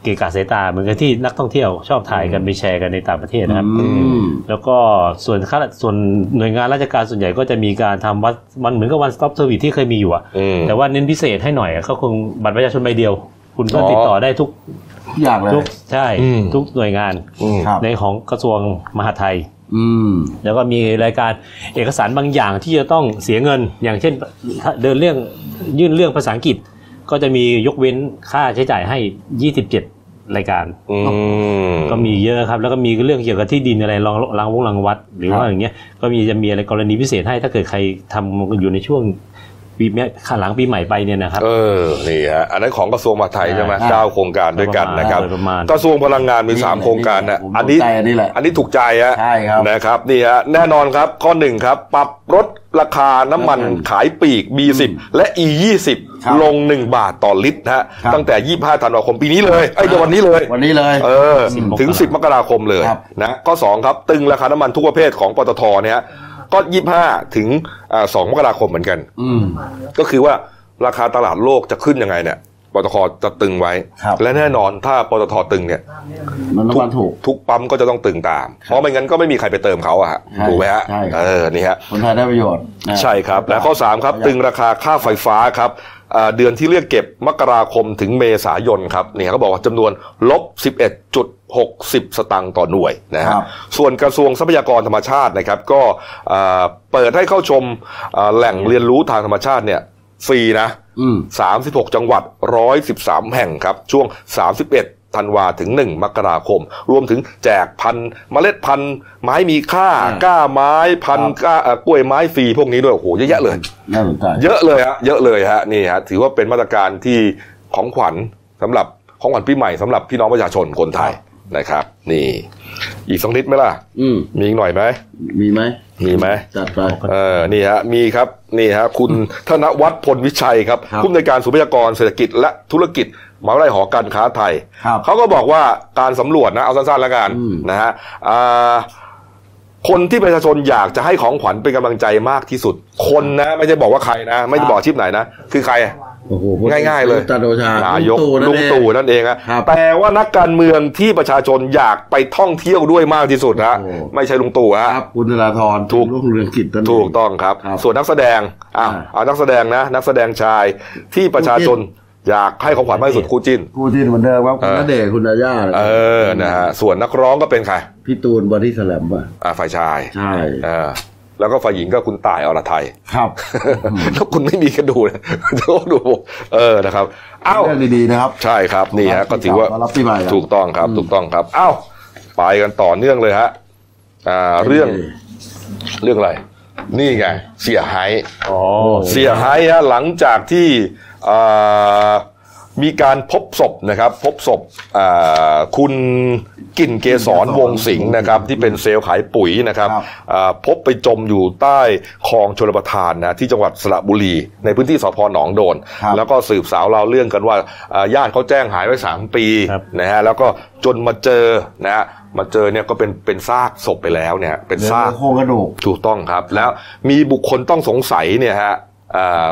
S10: กะกะสายตาเหมือนกับที่นักท่องเที่ยวชอบถ่ายกันไปแชร์กันในต่างประเทศนะครับ
S2: อืม
S10: แล้วก็ส่วนข้าราส่วนหน่วยงานราชการส่วนใหญ่ก็จะมีการทำวัดมันเหมือนกับวันสต็อปเซอร์วิสที่เคยมีอยู่อะ
S1: อืม
S10: แต่ว่าเน้นพิเศษให้หน่อยอะก็คงบัตรประชาชนใบเดียว คุณก็
S1: อ๋อ
S10: ติดต่อได้ทุก
S2: อย่างเลย
S10: ทุกใช่
S1: อืม
S10: ทุกหน่วยงาน
S1: อืม
S2: ครับ
S10: ในของกระทรวงมหาดไทย
S2: อืม
S10: แล้วก็มีรายการเอกสารบางอย่างที่จะต้องเสียเงิน อย่างเช่นถ้าเดินเรื่องยื่นเรื่องภาษาอังกฤษ ก็จะมียกเว้นค่าใช้จ่ายให้ 27 รายการ
S1: อืม
S10: ก็มีเยอะครับแล้วก็มีเรื่องเกี่ยวกับที่ดินอะไรรองรางวงรางวัด หรือว่าอย่างเงี้ยก็มีจะมีอะไรกรณีพิเศษให้ถ้าเกิดใครทำอยู่ในช่วงปีแม่ข้างหลังปีใหม่ไปเนี่ยนะครับ
S1: เออ นี่ฮะ อันนั้นของกระทรวงมหาดไทยใช่ไหม
S2: อ่า
S1: เก้าโครงการด้วยกันนะครับ
S10: โดยประมาณ
S1: กระทรวงพลังงานมี 3 โครงการนะ
S2: ผม
S1: อันนี้
S2: สใจอันนี้แหละ
S1: อันนี้ถูกใจฮะ
S2: ใช่ครับ
S1: นะครับ นี่ฮะ แน่นอนครับ ข้อหนึ่งครับ ปรับลดราคาน้ำมัน
S2: น้ำมัน
S1: ขายปลีก B10 และ E20
S2: ครับ
S1: ลง 1 บาทต่อลิตรนะฮะ
S2: ครับ
S1: ตั้งแต่ 25ธันวาคมปีนี้เลย ไอ้ยเดี๋ยววันนี้เลย
S2: วันนี้เลย
S1: เออถึง
S10: มกรา
S1: 10 มกราคมเลย
S2: ครับ
S1: นะข้อ2ครับ ตึงราคาน้ำมันทุกประเภทของปตทเนี่ยฮะก็25ถึงอ่า2มกราคมเหมือนกัน
S2: ืม
S1: ก็คือว่าราคาตลาดโลกจะขึ้นยังไงเนี่ยปตทจะตึงไว้
S2: ครับ
S1: และแน่นอนถ้าปตทตึงเนี่ย
S2: มันน้ำมันถูก
S1: ทุกปั๊มก็จะต้องตึงตาม เพราะไม่งั้นก็ไม่มีใครไปเติมเขาอะฮะ
S2: ใช่
S1: ถูกไหมฮะ
S2: ใช่
S1: เออนี่ฮะ
S2: คนไทยได้ประโยชน์นะ
S1: ใช่ครับ และข้อ 3 ครับ ตึงราคาค่าไฟฟ้าครับอ่าเดือนที่เรียกเก็บมกราคมถึงเมษายนครับเนี่ยเขาบอกว่าจำนวนลบ 11.60 สตังค์ต่อหน่วยนะฮะ
S2: ครับ
S1: ส่วนกระทรวงทรัพยากรธรรมชาตินะครับ ก็อ่าเปิดให้เข้าชมอ่าแหล่งเรียนรู้ทางธรรมชาติเนี่ยฟรีนะ
S2: อืม
S1: 36 จังหวัด 113 แห่งครับ ช่วง 31 ธันวาถึง 1 มกราคม รวมถึงแจกพันธุ์เมล็ดพันธุ์ไม้มีค่า
S2: อืม
S1: ก้าไม้พันธุ์
S2: ครับ
S1: ก้าเอ่อกล้วยไม้ฟรีพวกนี้ด้วย โอ้โห เยอะแยะเลย
S2: น่าสนใจ
S1: เยอะเลยฮะ เยอะเลยฮะ นี่ฮะ ถือว่าเป็นมาตรการที่ของขวัญสำหรับของขวัญปีใหม่สำหรับพี่น้องประชาชนคนไทยนะครับ นี่ อีกสักนิดไหมล่ะ
S2: อืม
S1: มีอีกหน่อยไหม
S2: มีไหม
S1: มีไหม
S2: จัดไป
S1: เออนี่ฮะ มีครับ นี่ฮะ คุณธนวัฒน์พลวิชัยครับ
S2: ครับ
S1: ผู้อำนวยการศูนย์พยากรเศรษฐกิจและธุรกิจมหาวิทยาลัยหอการค้าไทย
S2: ครับ
S1: เขาก็บอกว่าการสำรวจนะ เอาสั้นๆแล้วกัน
S2: อืม
S1: นะฮะอ่าคนที่ประชาชนอยากจะให้ของขวัญเป็นกำลังใจมากที่สุด คนนะ ไม่ได้บอกว่าใครนะ ไม่ได้บอกอาชีพไหนนะ คือใคร
S2: โอ้โห
S1: ง่ายๆเลย
S2: จันทร์โอชาน
S1: ายก
S2: นั่น
S1: ลุง
S2: เอง
S1: ตู่นั่นเองอะ
S2: ครับ
S1: แต่ว่านักการเมืองที่ประชาชนอยากไปท่องเที่ยวด้วยมากที่สุดฮะ
S2: โอ้
S1: ไม่ใช่ลุงตู่ฮะ
S2: ครับคุณธนาธร
S1: ถูก
S2: รุ่งเรืองกิจนั่นเ
S1: ถูกต้องครับ
S2: ครับ
S1: ส่วนนักแสดงอ่ะ
S2: อ่า
S1: เอานักแสดงนะ นักแสดงชายที่ประชาชนอยากให้ของขวัญมากที่สุดคู่จิ้น
S2: คู่ที่เหมือนเดิมว่าคุณ
S1: เออ
S2: ณเดชน์คุณอาญา
S1: เออนะฮะส่วนนักร้องก็เป็นใคร
S2: พี่ตูนบอดี้สแลมป่ะ
S1: อ่ะฝ่ายชาย
S2: ใช่
S1: เออแล้วก็ฝ่ายหญิงก็คุณต่ายอรไทย
S2: ครับ
S1: แล้วคุณไม่มีกระดูกนะ โทษดูผมเออนะครับเอ้า
S2: เรื่องดีๆนะครับ
S1: ใช่ครับนี่ฮะก็ถือว่า
S2: ต้อนรับปีใหม่ครับ
S1: ถูกต้องครับ
S2: อืม
S1: ถูกต้องครับเอ้าไปกันต่อเนื่องเลยฮะอ่าเรื่องเรื่องอะไร นี่ไงเสียหาย
S10: อ๋อ
S1: เสียหายฮะหลังจากที่อ่ามีการพบศพนะครับ พบศพอ่าคุณกลิ่นเกษรวงสิงห์นะครับ ที่เป็นเซลล์ขายปุ๋ยนะครับ
S2: ครับ
S1: อ่าพบไปจมอยู่ใต้คลองชลประทานนะที่จังหวัดสระบุรี ในพื้นที่สพหนองโดน
S2: ครับ
S1: แล้วก็สืบสาวราวเรื่องกันว่าอ่าญาติเขาแจ้งหายไว้ 3 ปีนะฮะแล้วก็จนมาเจอนะฮะมาเจอเนี่ยก็เป็นเป็นซากศพไปแล้วเนี่ยเป็น
S2: เหลื
S1: ซา
S2: อก โครงกระดูก
S1: ถูกต้องครับแล้วมีบุคคลต้องสงสัยเนี่ยฮะอ่า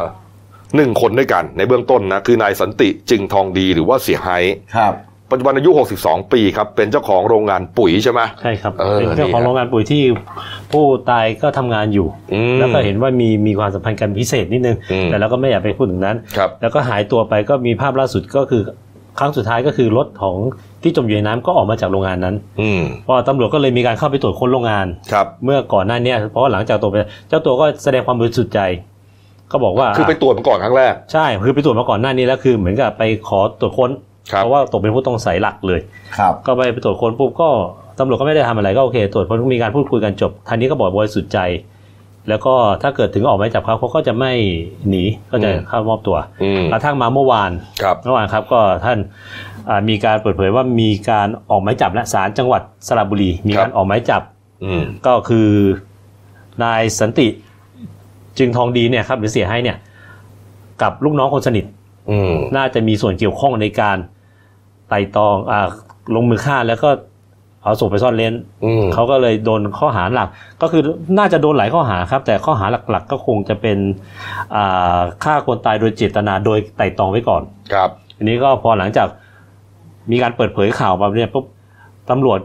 S1: หนึ่งคนด้วยกันในเบื้องต้นนะคือนายสันติจึงทองดีหรือว่าเสียหาย
S2: ครับ
S1: ปัจจุบันอายุ 62 ปีครับ เป็นเจ้าของโรงงานปุ๋ยใช่ไหม
S10: ใช่ครับ
S1: เออ
S10: เป็นเจ้าของ
S1: ดีครับ
S10: โรงงานปุ๋ยที่ผู้ตายก็ทำงานอยู่
S1: อืม
S10: แล้วก็เห็นว่ามีมีความสัมพันธ์กันพิเศษนิดนึง
S1: อืม
S10: แต่เราก็ไม่อยากไปพูดถึงนั้น
S1: ครับ
S10: แล้วก็หายตัวไปก็มีภาพล่าสุดก็คือครั้งสุดท้ายก็คือรถของที่จมอยู่ในน้ำก็ออกมาจากโรงงานนั้น
S1: อืม
S10: พอตำรวจก็เลยมีการเข้าไปตรวจค้นโรงงาน
S1: ครับ
S10: เมื่อก่อนหน้าเนี้ยเพราะว่าหลังจากตัวไปเจ้าตัวก็แสดงความบริสุทธิ์ใจ ก็บอกว่า
S1: คือไปตรวจมาก่อนครั้งแรก
S10: ใช่คือไปตรวจมาก่อนหน้านี้แล้วคือเหมือนกับไปขอตรวจค้น
S1: ครับ
S10: เพราะว่าตกเป็นผู้ต้องสงสัยหลักเลย
S2: ครับ
S10: ก็ไปไปตรวจค้นปุ๊บก็ตำรวจก็ไม่ได้ทำอะไรก็โอเค ตรวจค้นมีการพูดคุยกันจบทันนี้ก็บอกบริสุทธิ์ใจ แล้วก็ถ้าเกิดถึงออกหมายจับเขาเขาก็จะไม่หนีก็จะ
S1: อืม
S10: เข้ามอบตัว
S1: อืม
S10: กระทั่งมาเมื่อวาน
S1: ครับ
S10: ระหว่างครับก็ท่านอ่ามีการเปิดเผยว่ามีการออกหมายจับและศาลจังหวัดสระบุรี มีการออกหมายจับ
S1: อืม
S10: ก็คือนายสันติจึงทองดีเนี่ยครับหรือเสียให้เนี่ยกับลูกน้องคนสนิท
S1: อืม
S10: น่าจะมีส่วนเกี่ยวข้องในการไต่ตองอาลงมือฆ่าแล้วก็เอาศพไปซ่อนเล้น
S1: อืม
S10: เขาก็เลยโดนข้อหาหลัก ก็คือน่าจะโดนหลายข้อหาครับ แต่ข้อหาหลักๆ ก็คงจะเป็นอ่าฆ่าคนตายโดยเจตนาโดยไต่ตองไว้ก่อน
S1: ครับ
S10: อันนี้ก็พอหลังจาก มีการเปิดเผยข่าวมาเนี่ยปุ๊บตำรวจ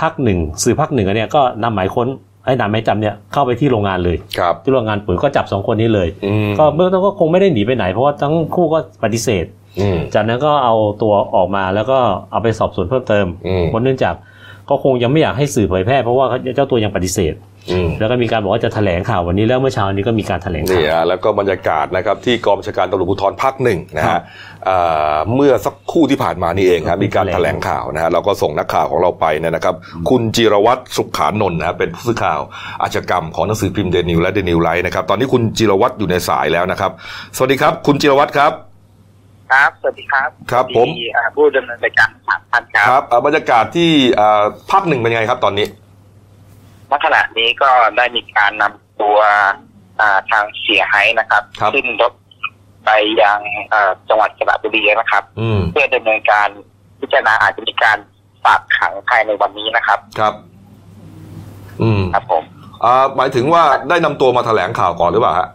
S10: ภาคหนึ่งสื่อภาคหนึ่งอันเนี่ยก็นำหมายค้นไอ้นำหมายจับเนี่ยเข้าไปที่โรงงานเลย
S1: ครับ
S10: ที่โรงงานปุ๋ยก็จับสองคนนี้เลย
S1: อืม
S10: ก็เบื้องต้นก็คงไม่ได้หนีไปไหนเพราะว่าทั้งคู่ก็ปฏิเสธ
S1: อืม
S10: จากนั้นก็เอาตัวออกมาแล้วก็เอาไปสอบสวนเพิ่มเติม
S1: อืม
S10: เพราะเนื่องจากก็คงยังไม่อยากให้สื่อเผยแพร่เพราะว่าเจ้าตัวยังปฏิเสธ
S1: อืม
S10: แล้วก็มีการบอกว่าจะแถลงข่าววันนี้แล้วเมื่อเช้านี้ก็มีการแถลงข่า
S1: นี่
S10: ว
S1: ฮะแล้วก็บรรยากาศนะครับที่กองบัญชาการตำรวจภูธรภาคหนึ่งนะ
S10: ครั
S1: ฮะ
S10: บ
S1: เอ่อเมื่อสักครู่ที่ผ่านมานี่เองครับมีการ
S10: แถลง
S1: แถลงข่าวนะฮะเราก็ส่งนักข่าวของเราไปเนยนะครับ คุณจิรวัตรสุขขานนท์นะฮะเป็นผู้สื่อข่าวอาชญากรรมของหนังสือพิมพ์เดนิวและเดนิวไลท์นะครับตอนนี้คุณจิรวัตรอยู่ในสายแล้วนะครับ สวัสดีครับ คุณจิรวัตรครับ
S11: ครับ สวัสดีครับ
S1: ครับผม
S11: เอ่อผู้ดำเนินรายการสามพันค
S1: ครับ รับเอ่อบรรยากาศที่เอ่อภาคหนึ่งเป็นไงครับตอนนี้
S11: ณขณะนี้ก็ได้มีการนำตัวอ่าทางเสียหายนะครับ
S1: ครับ
S11: ขึ้นรถไปยังเอ่อจังหวัดสระบุรีนะครับ
S1: อืม
S11: เพื่อดำเนินการพิจารณาอาจจะมีการฝากขังภายในวันนี้นะครับ
S1: ครับ อืม
S11: ครับผม
S1: อ่าหมายถึงว่าได้นำตัวมาแถลงข่าวก่อนหรือเปล่าฮะ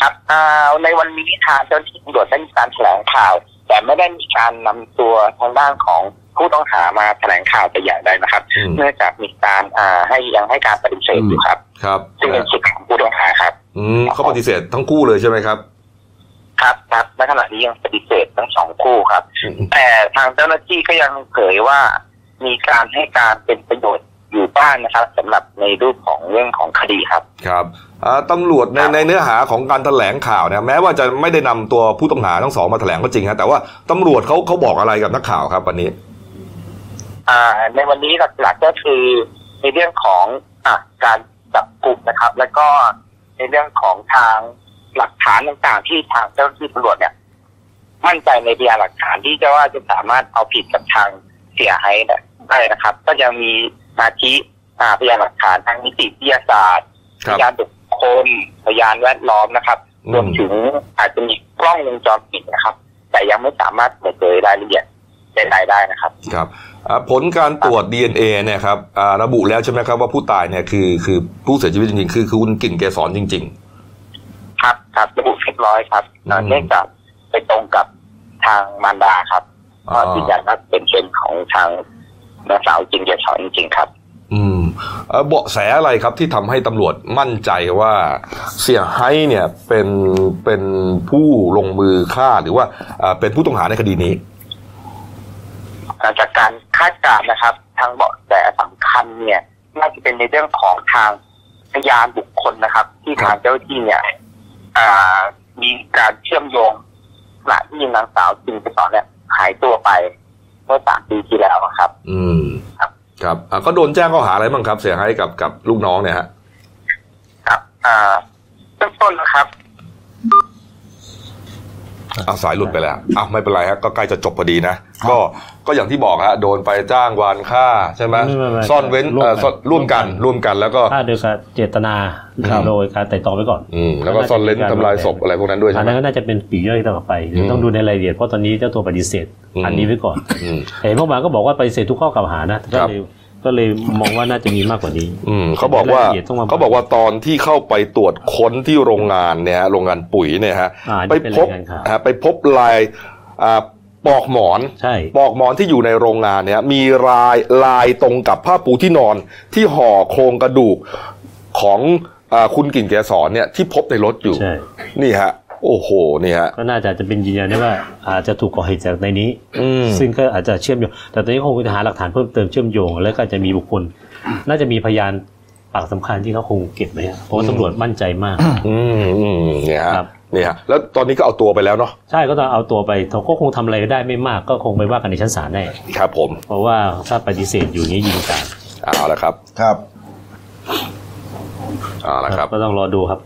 S11: ครับอ่าในวันนี้ทางเจ้าหน้าที่ตำรวจได้มีการแถลงข่าว แต่ไม่ได้มีการนำตัวทางด้านของผู้ต้องหามาแถลงข่าวแต่อย่างใดนะครับ
S1: อืม
S11: เนื่องจากมีการอ่าให้ยังให้การปฏิเสธอยู่ครับ
S1: ครับ
S11: ซึ่งเป็นสิทธิ์ของผู้ต้องหาครับ
S1: อืมเขาปฏิเสธทั้งคู่เลยใช่ไหมครับ
S11: ครับครับณขณะนี้ยังปฏิเสธทั้งสองคู่ครับ แต่ทางเจ้าหน้าที่ก็ยังเผยว่า มีการให้การเป็นประโยชน์อยู่บ้างนะครับสำหรับในรูปของเรื่องของคดีครับ
S1: ครับอ่าตำรวจในในเนื้อหาของการแถลงข่าวเนี่ยแม้ว่าจะไม่ได้นำตัวผู้ต้องหาทั้งสองมาแถลงก็จริงฮะแต่ว่าตำรวจเขาเขาบอกอะไรกับนักข่าวครับวันนี้
S11: อ่าในวันนี้หลักๆก็คือในเรื่องของอะการจับกลุ่มนะครับ แล้วก็ในเรื่องของทางหลักฐานต่างๆ ที่ทางเจ้าหน้าที่ตำรวจเนี่ย มั่นใจในพยานหลักฐานที่จะว่าจะสามารถเอาผิดกับทางเสียหายเนี่ยได้นะครับ ก็ยังมีมาทีอ่าพยานหลักฐานทางนิติวิทยาศาสตร์
S1: ค
S11: พ
S1: รับ
S11: ยานบุคคลพยานแวดล้อมนะครับ
S1: อืม
S11: รวมถึงอาจจะมีกล้องวงจรปิดนะครับ แต่ยังไม่สามารถเปิดเผยรายละเอียดใดๆได้นะครับ
S1: ครับอ่าผลการตรวจ DNA เนี่ยครับอ่าระบุแล้วใช่ไหมครับว่าผู้ตายเนี่ยคือคือผู้เสียชีวิตจริงๆคือคือคุณกิ่งเกษรจริง
S11: ครับครับระบุเรียบร้อยครับ
S1: อืม
S11: เนื่องจากไปตรงกับทางมารดาครับ
S1: อ๋อ
S11: ก็ยืนยันว่าเป็นเชนของทางนางสาวจินเกษรจริงๆครับ
S1: ๆ อืมเอ่อเบาะแสอะไรครับที่ทำให้ตำรวจมั่นใจว่าเสียไฮเนี่ยเป็นเป็นผู้ลงมือฆ่าหรือว่าอ่าเป็นผู้ต้องหาในคดีนี้
S11: จากการคาดการณ์นะครับ ทางเบาะแสสำคัญเนี่ยน่าจะเป็นในเรื่องของทางพยานบุคคลนะครับ ที่ทางเจ้าหน้าที่เนี่ยอ่ามีการเชื่อมโยงขณะที่นางสาวจินเกษรเนี่ยหายตัวไปเมื่อสามปีที่แล้วอะครับ
S1: อืมครับอ่ะก็โดนแจ้งข้อหาอะไรบ้างครับ เสียหายกับกับลูกน้องเนี่ยฮะ
S11: ครับอ่าเริ่มต้นนะครับ
S1: เอาสายหลุดไปแล้วอ้าวไม่เป็นไรฮะก็ใกล้จะจบพอดีนะ ก็ก็อย่างที่บอกฮะโดนไปจ้างวานฆ่าใช่ไหม
S10: ไม่ไม่ไม่
S1: ซ่อนเว้นเอ่อซ่อนร่วมกันร่วมกันแล้วก็
S10: ฆ่าโดยการเจตนา
S1: ครับ
S10: โดยการไตร่ตรองไว้ก่อน
S1: อืมแล้วก็ซ่อนเล้นทำลายศพอะไรพวกนั้นด้วย
S10: อั
S1: ใช่
S10: น
S1: ไหม
S10: นั้นก็น่าจะเป็นปลีกย่อยต่อไปเดี๋ยว
S1: อืม
S10: ต้องดูในรายละเอียดเพราะตอนนี้เจ้าตัวปฏิเสธ
S1: อืม
S10: อันนี้ไว้ก่อน
S1: อืม
S10: แต่เห็นพวกมาก็บอกว่าปฏิเสธทุกข้อกล่าวหานะก็เลยก็เลยมองว่าน่าจะมีมากกว่านี้
S1: อืมเขาบอกว่าร
S10: ายละเอียดต้องมา
S1: เขาบอกว่าตอนที่เข้าไปตรวจค้นที่โรงงานเนี่ยฮะโรงงานปุ๋ยเนี่ยฮะ
S10: อ่า
S1: ไป
S10: นี่เป็น
S1: พบ
S10: รายงานข่าว
S1: ฮะไปพบลายอ่าปลอกหมอน
S10: ใช่
S1: ปลอกหมอนที่อยู่ในโรงงานเนี่ยมีลายลายตรงกับผ้าปูที่นอนที่ห่อโครงกระดูกของอาคุณกลิ่นเกสรเนี่ยที่พบในรถอยู่
S10: ใช่
S1: นี่ฮะ โอ้โหนี่ฮะ
S10: ก็น่าจะจะเป็นยืนยันได้ว่า อาจจะถูกก่อเหตุจากในนี้
S1: อืม
S10: ซึ่งก็อาจจะเชื่อมโยง แต่ตอนนี้คงจะหาหลักฐานเพิ่มเติมเชื่อมโยง แล้วก็จะมีบุคคล น่าจะมีพยานปากสำคัญที่เขาคงเก็บไว้อะเพราะว่าตำรวจมั่นใจมาก
S1: อืมอืมเนี่ยฮะ
S10: ครับ
S1: เนี่ยฮะแล้วตอนนี้ก็เอาตัวไปแล้วเนาะ
S10: ใช่ก็ต้องเอาตัวไปเขาก็คงทำอะไรได้ไม่มาก ก็คงไปว่ากันในชั้นศาลแน่
S1: ครับผม
S10: เพราะว่าถ้าปฏิเสธอยู่นี้ยิงกัน
S1: เอาละครับ
S2: ครับ
S1: เอาละครับ
S10: ก็ต้องรอดูครับ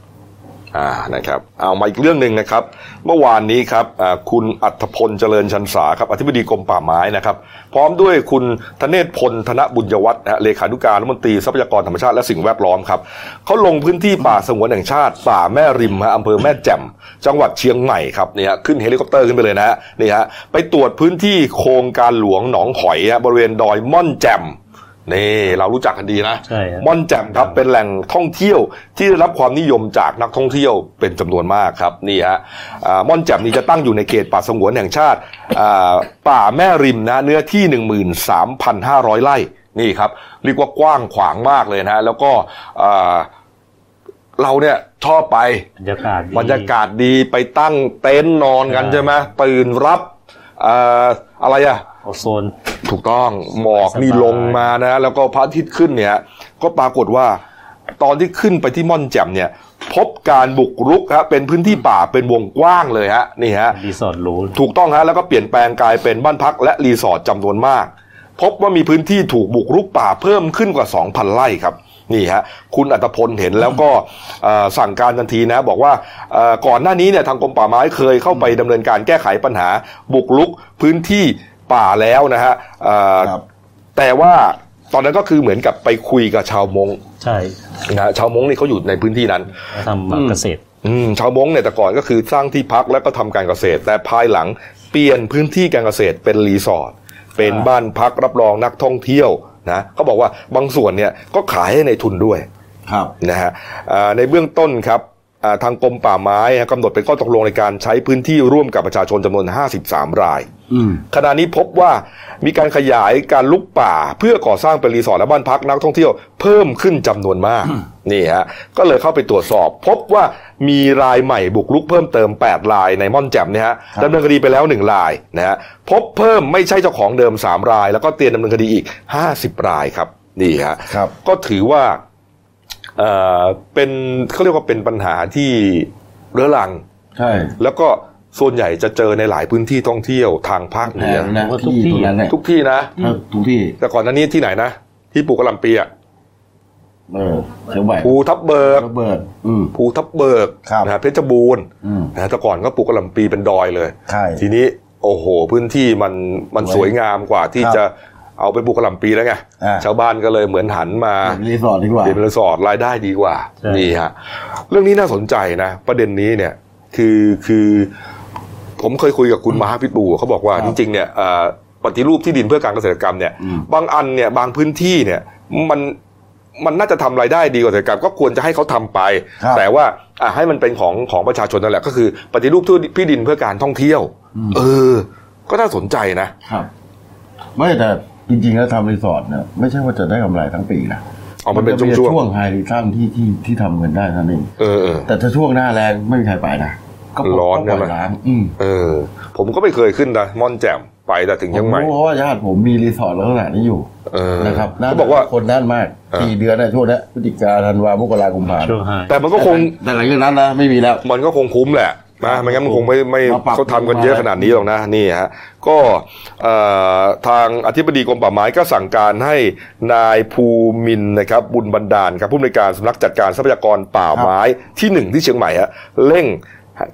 S1: อ่านะครับเอามาอีกเรื่องหนึ่งนะครับ เมื่อวานนี้ครับอ่าคุณอัธพลเจริญชันสาครับอธิบดีกรมป่าไม้นะครับ พร้อมด้วยคุณธเนศพลธนบุญยวัฒน์นะฮะเลขานุการรัฐมนตรีทรัพยากรธรรมชาติและสิ่งแวดล้อมครับเขาลงพื้นที่ป่าสงวนแห่งชาติ ป่าแม่ริมฮะอำเภอแม่แจ่มจังหวัดเชียงใหม่ครับเนี่ยฮะขึ้นเฮลิคอปเตอร์ขึ้นไปเลยนะฮะนี่ฮะไปตรวจพื้นที่โครงการหลวงหนองหอยฮะบริเวณดอยม่อนแจ่ม นี่เรารู้จักกันดีนะม่อนแจ่มครับเป็นแหล่งท่องเที่ยวที่ได้รับความนิยมจากนักท่องเที่ยวเป็นจำนวนมากครับนี่ฮะอ่าม่อนแจ่มนี่จะตั้งอยู่ในเขตป่าสงวนแห่งชาติอ่าป่าแม่ริมนะเนื้อที่ 13,500 ไร่นี่ครับเรียกว่ากว้างขวางมากเลยนะฮะแล้วก็อ่า เราเนี่ยชอบไป
S10: บรรยากาศ
S1: บรรยากาศดีไปตั้งเต็นท์นอนกันใช่ไหมตื่นรับเอ่ออะไรอะ
S10: โอโซน
S1: ถูกต้องหมอกนี่ลงมานะ แล้วก็พระอาทิตย์ขึ้นเนี่ย ก็ปรากฏว่า ตอนที่ขึ้นไปที่ม่อนแจ่มเนี่ย พบการบุกรุกฮะเป็นพื้นที่ป่าเป็นวงกว้างเลยฮะนี่ฮะ
S10: รีสอร์ทหรู
S1: ถูกต้องฮะแล้วก็เปลี่ยนแปลงกลายเป็นบ้านพักและรีสอร์ทจำนวนมาก พบว่ามีพื้นที่ถูกบุกรุกป่าเพิ่มขึ้นกว่า 2,000 ไร่ครับนี่ฮะคุณอัตพลเห็นแล้วก็เอ่อสั่งการทันทีนะ บอกว่าเอ่อก่อนหน้านี้เนี่ยทางกรมป่าไม้เคยเข้าไปดำเนินการแก้ไขปัญหา บุกรุกพื้นที่ป่าแล้วนะฮะเอ่อแต่ว่าตอนนั้นก็คือเหมือนกับไปคุยกับชาวมง
S10: ใช่
S1: นะฮะชาวมงนี่เขาอยู่ในพื้นที่นั้น
S10: ทำแบบเกษตร
S1: อืมชาวมงเนี่ยแต่ก่อนก็คือสร้างที่พักแล้วก็ทำการเกษตร แต่ภายหลังเปลี่ยนพื้นที่การเกษตรเป็นรีสอร์ทเป็นบ้านพักรับรองนักท่องเที่ยวนะเขาบอกว่าบางส่วนเนี่ยก็ขายให้ในทุนด้วยนะฮะอ่าในเบื้องต้นครับอ่าทางกรมป่าไม้ฮะกำหนดเป็นข้อตกลงในการใช้พื้นที่ร่วมกับประชาชนจำนวน 53 ราย
S2: อืม
S1: ขณะนี้พบว่ามีการขยายการลุกป่า เพื่อก่อสร้างเป็นรีสอร์ทและบ้านพักนักท่องเที่ยวเพิ่มขึ้นจำนวนมาก นี่ฮะก็เลยเข้าไปตรวจสอบ พบว่ามีรายใหม่บุกรุกเพิ่มเติม 8 รายในม่อนแจ่มเนี่ยฮะดำเนินคดีไปแล้ว 1 รายนะฮะพบเพิ่มไม่ใช่เจ้าของเดิม 3 ราย แล้วก็เตรียมดำเนินคดีอีก 50 รายครับนี่ฮะก็ถือว่าเอ่อเป็นเขาเรียกว่าเป็นปัญหาที่เรื้อรัง
S2: ใช่
S1: แล้วก็ส่วนใหญ่จะเจอในหลายพื้นที่ท่องเที่ยวทางภาคเหนือ
S2: แหล่งนะทุกที่ตรงนั้นแหละ
S1: ทุกที่นะ
S2: ทุกที่
S1: แต่ก่อนหนั้นนี้ที่ไหนนะ ที่ปลูกกระหลำปีอ่ะ
S2: เออเชียงใหม่
S1: ภูทับเบิก
S2: เบิก
S1: ภูทับเบิกนะฮะเพชรบูรณ์นะฮะแต่ก่อนก็ปลูกกระหลำปีเป็นดอยเลย
S2: ใช่
S1: ทีนี้โอ้โห พื้นที่มันมันสวยงามกว่าที่
S2: ครับ
S1: จะเอาไปปลูกกระหลำปีแล้วไง
S2: อ่า
S1: ชาวบ้านก็เลยเหมือนหันมา
S2: รีสอร์ทดีกว่า
S1: เป็นรีสอร์ทรายได้ดีกว่า
S2: ใช่
S1: นี่ฮะเรื่องนี้น่าสนใจนะ ประเด็นนี้เนี่ย คือคือ ผมเคยคุยกับคุณมหาพิษบูเขาบอกว่าจริงๆเนี่ยเอ่อปฏิรูปที่ดินเพื่อการเกษตรกรรมเนี่ย บางอันเนี่ยบางพื้นที่เนี่ย มันมันน่าจะทำรายได้ดีกว่าเกษตรกรรมก็ควรจะให้เขาทำไป
S2: ครับ
S1: แต่ว่าอ่ะให้มันเป็นของของประชาชนนั่นแหละก็คือปฏิรูปที่ดินเพื่อการท่องเที่ยว
S2: อืม
S1: เออ ก็น่าสนใจนะครับ
S2: ไม่แต่จริงๆแล้วทำรีสอร์ทเนี่ยไม่ใช่ว่าจะได้กำไรทั้งปีนะ
S1: อ๋อมันเป็น
S2: จะ
S1: ช่วงๆ
S2: ช่วงไฮรีทันที่ที่ที่ทำเงินได้เท่านั่นเอง
S1: เออเออ
S2: แต่ถ้าช่วงหน้าแรงไม่มีใครไปนะ ก็ปล่ย
S1: ร้อน
S2: ก็
S1: ใช่
S2: ป
S1: ไหม
S2: ล่อยร้าง
S1: เออ ผมก็ไม่เคยขึ้นนะม่อนแจ่มไปแต่ถึงเชียงใหม่
S2: ผมรู้เพราะว่าญาติผมมีรีสอร์ทลักษณะนี้อยู่
S1: เออ
S2: นะครับน่า
S1: เขาบอกว่า
S2: คนน่านมากสี่เดือนนะช่วงเนี้ยพฤศจิกาธันวามกรากุมภา
S1: แต่มันก็คง
S2: แต่หลังจากนั้นนะไม่มีแล้ว
S1: มันก็คงคุ้มแหละนะไม่งั้นมันคงไม่ไม่
S2: มาปรับ
S1: เขาทำกันเยอะขนาดนี้หรอกนะนี่ฮะก็เอ่อทางอธิบดีกรมป่าไม้ก็สั่งการให้นายภูมินทร์นะครับ บุญบรรดาลครับผู้อำนวยการสำนักจัดการทรัพยากรป่าไม้ที่หนึ่งที่เชียงใหม่ฮะเร่ง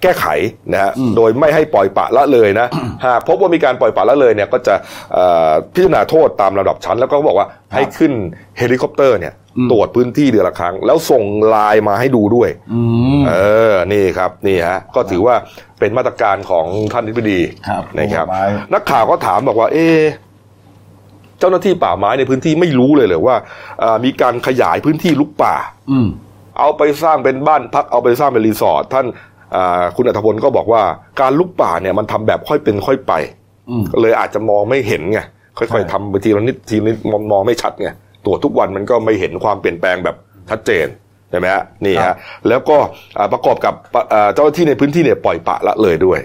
S1: แก้ไขนะฮะโดยไม่ให้ปล่อยปละละเลยนะ หากพบว่ามีการปล่อยปละละเลยเนี่ยก็จะเอ่อพิจารณาโทษตามลำดับชั้น แล้วก็บอกว่าให้ขึ้นเฮลิคอปเตอร์เนี่ยตรวจพื้นที่เดือนละครั้ง แล้วส่งไลายมาให้ดูด้วย
S2: อืม
S1: เออ นี่ครับ นี่ฮะ ก็ถือว่าเป็นมาตรการของท่านทิบดี
S2: ครับ
S1: นะครับ
S2: ผมว่าไป
S1: นักข่าวก็ถามบอกว่า เอะเจ้าหน้าที่ป่าไม้ในพื้นที่ไม่รู้เลยเหรอว่าเอ่อมีการขยายพื้นที่ลุกป่า
S2: อืม
S1: เอาไปสร้างเป็นบ้านพัก เอาไปสร้างเป็นรีสอร์ท ท่านอ่าคุณอัธพลก็บอกว่าการลุกป่าเนี่ยมันทำแบบค่อยเป็นค่อยไป
S2: อืม
S1: เลยอาจจะมองไม่เห็นไง ค่อยๆทำไปทีละนิดทีละนิดมองมองไม่ชัดไงตรวจทุกวันมันก็ไม่เห็นความเปลี่ยนแปลงแบบชัดเจนใช่ไหมฮะนี่ฮะแล้วก็อ่าประกอบกับปะอ่าเจ้าหน้าที่ในพื้นที่เนี่ยปล่อยปละละเลยด้วย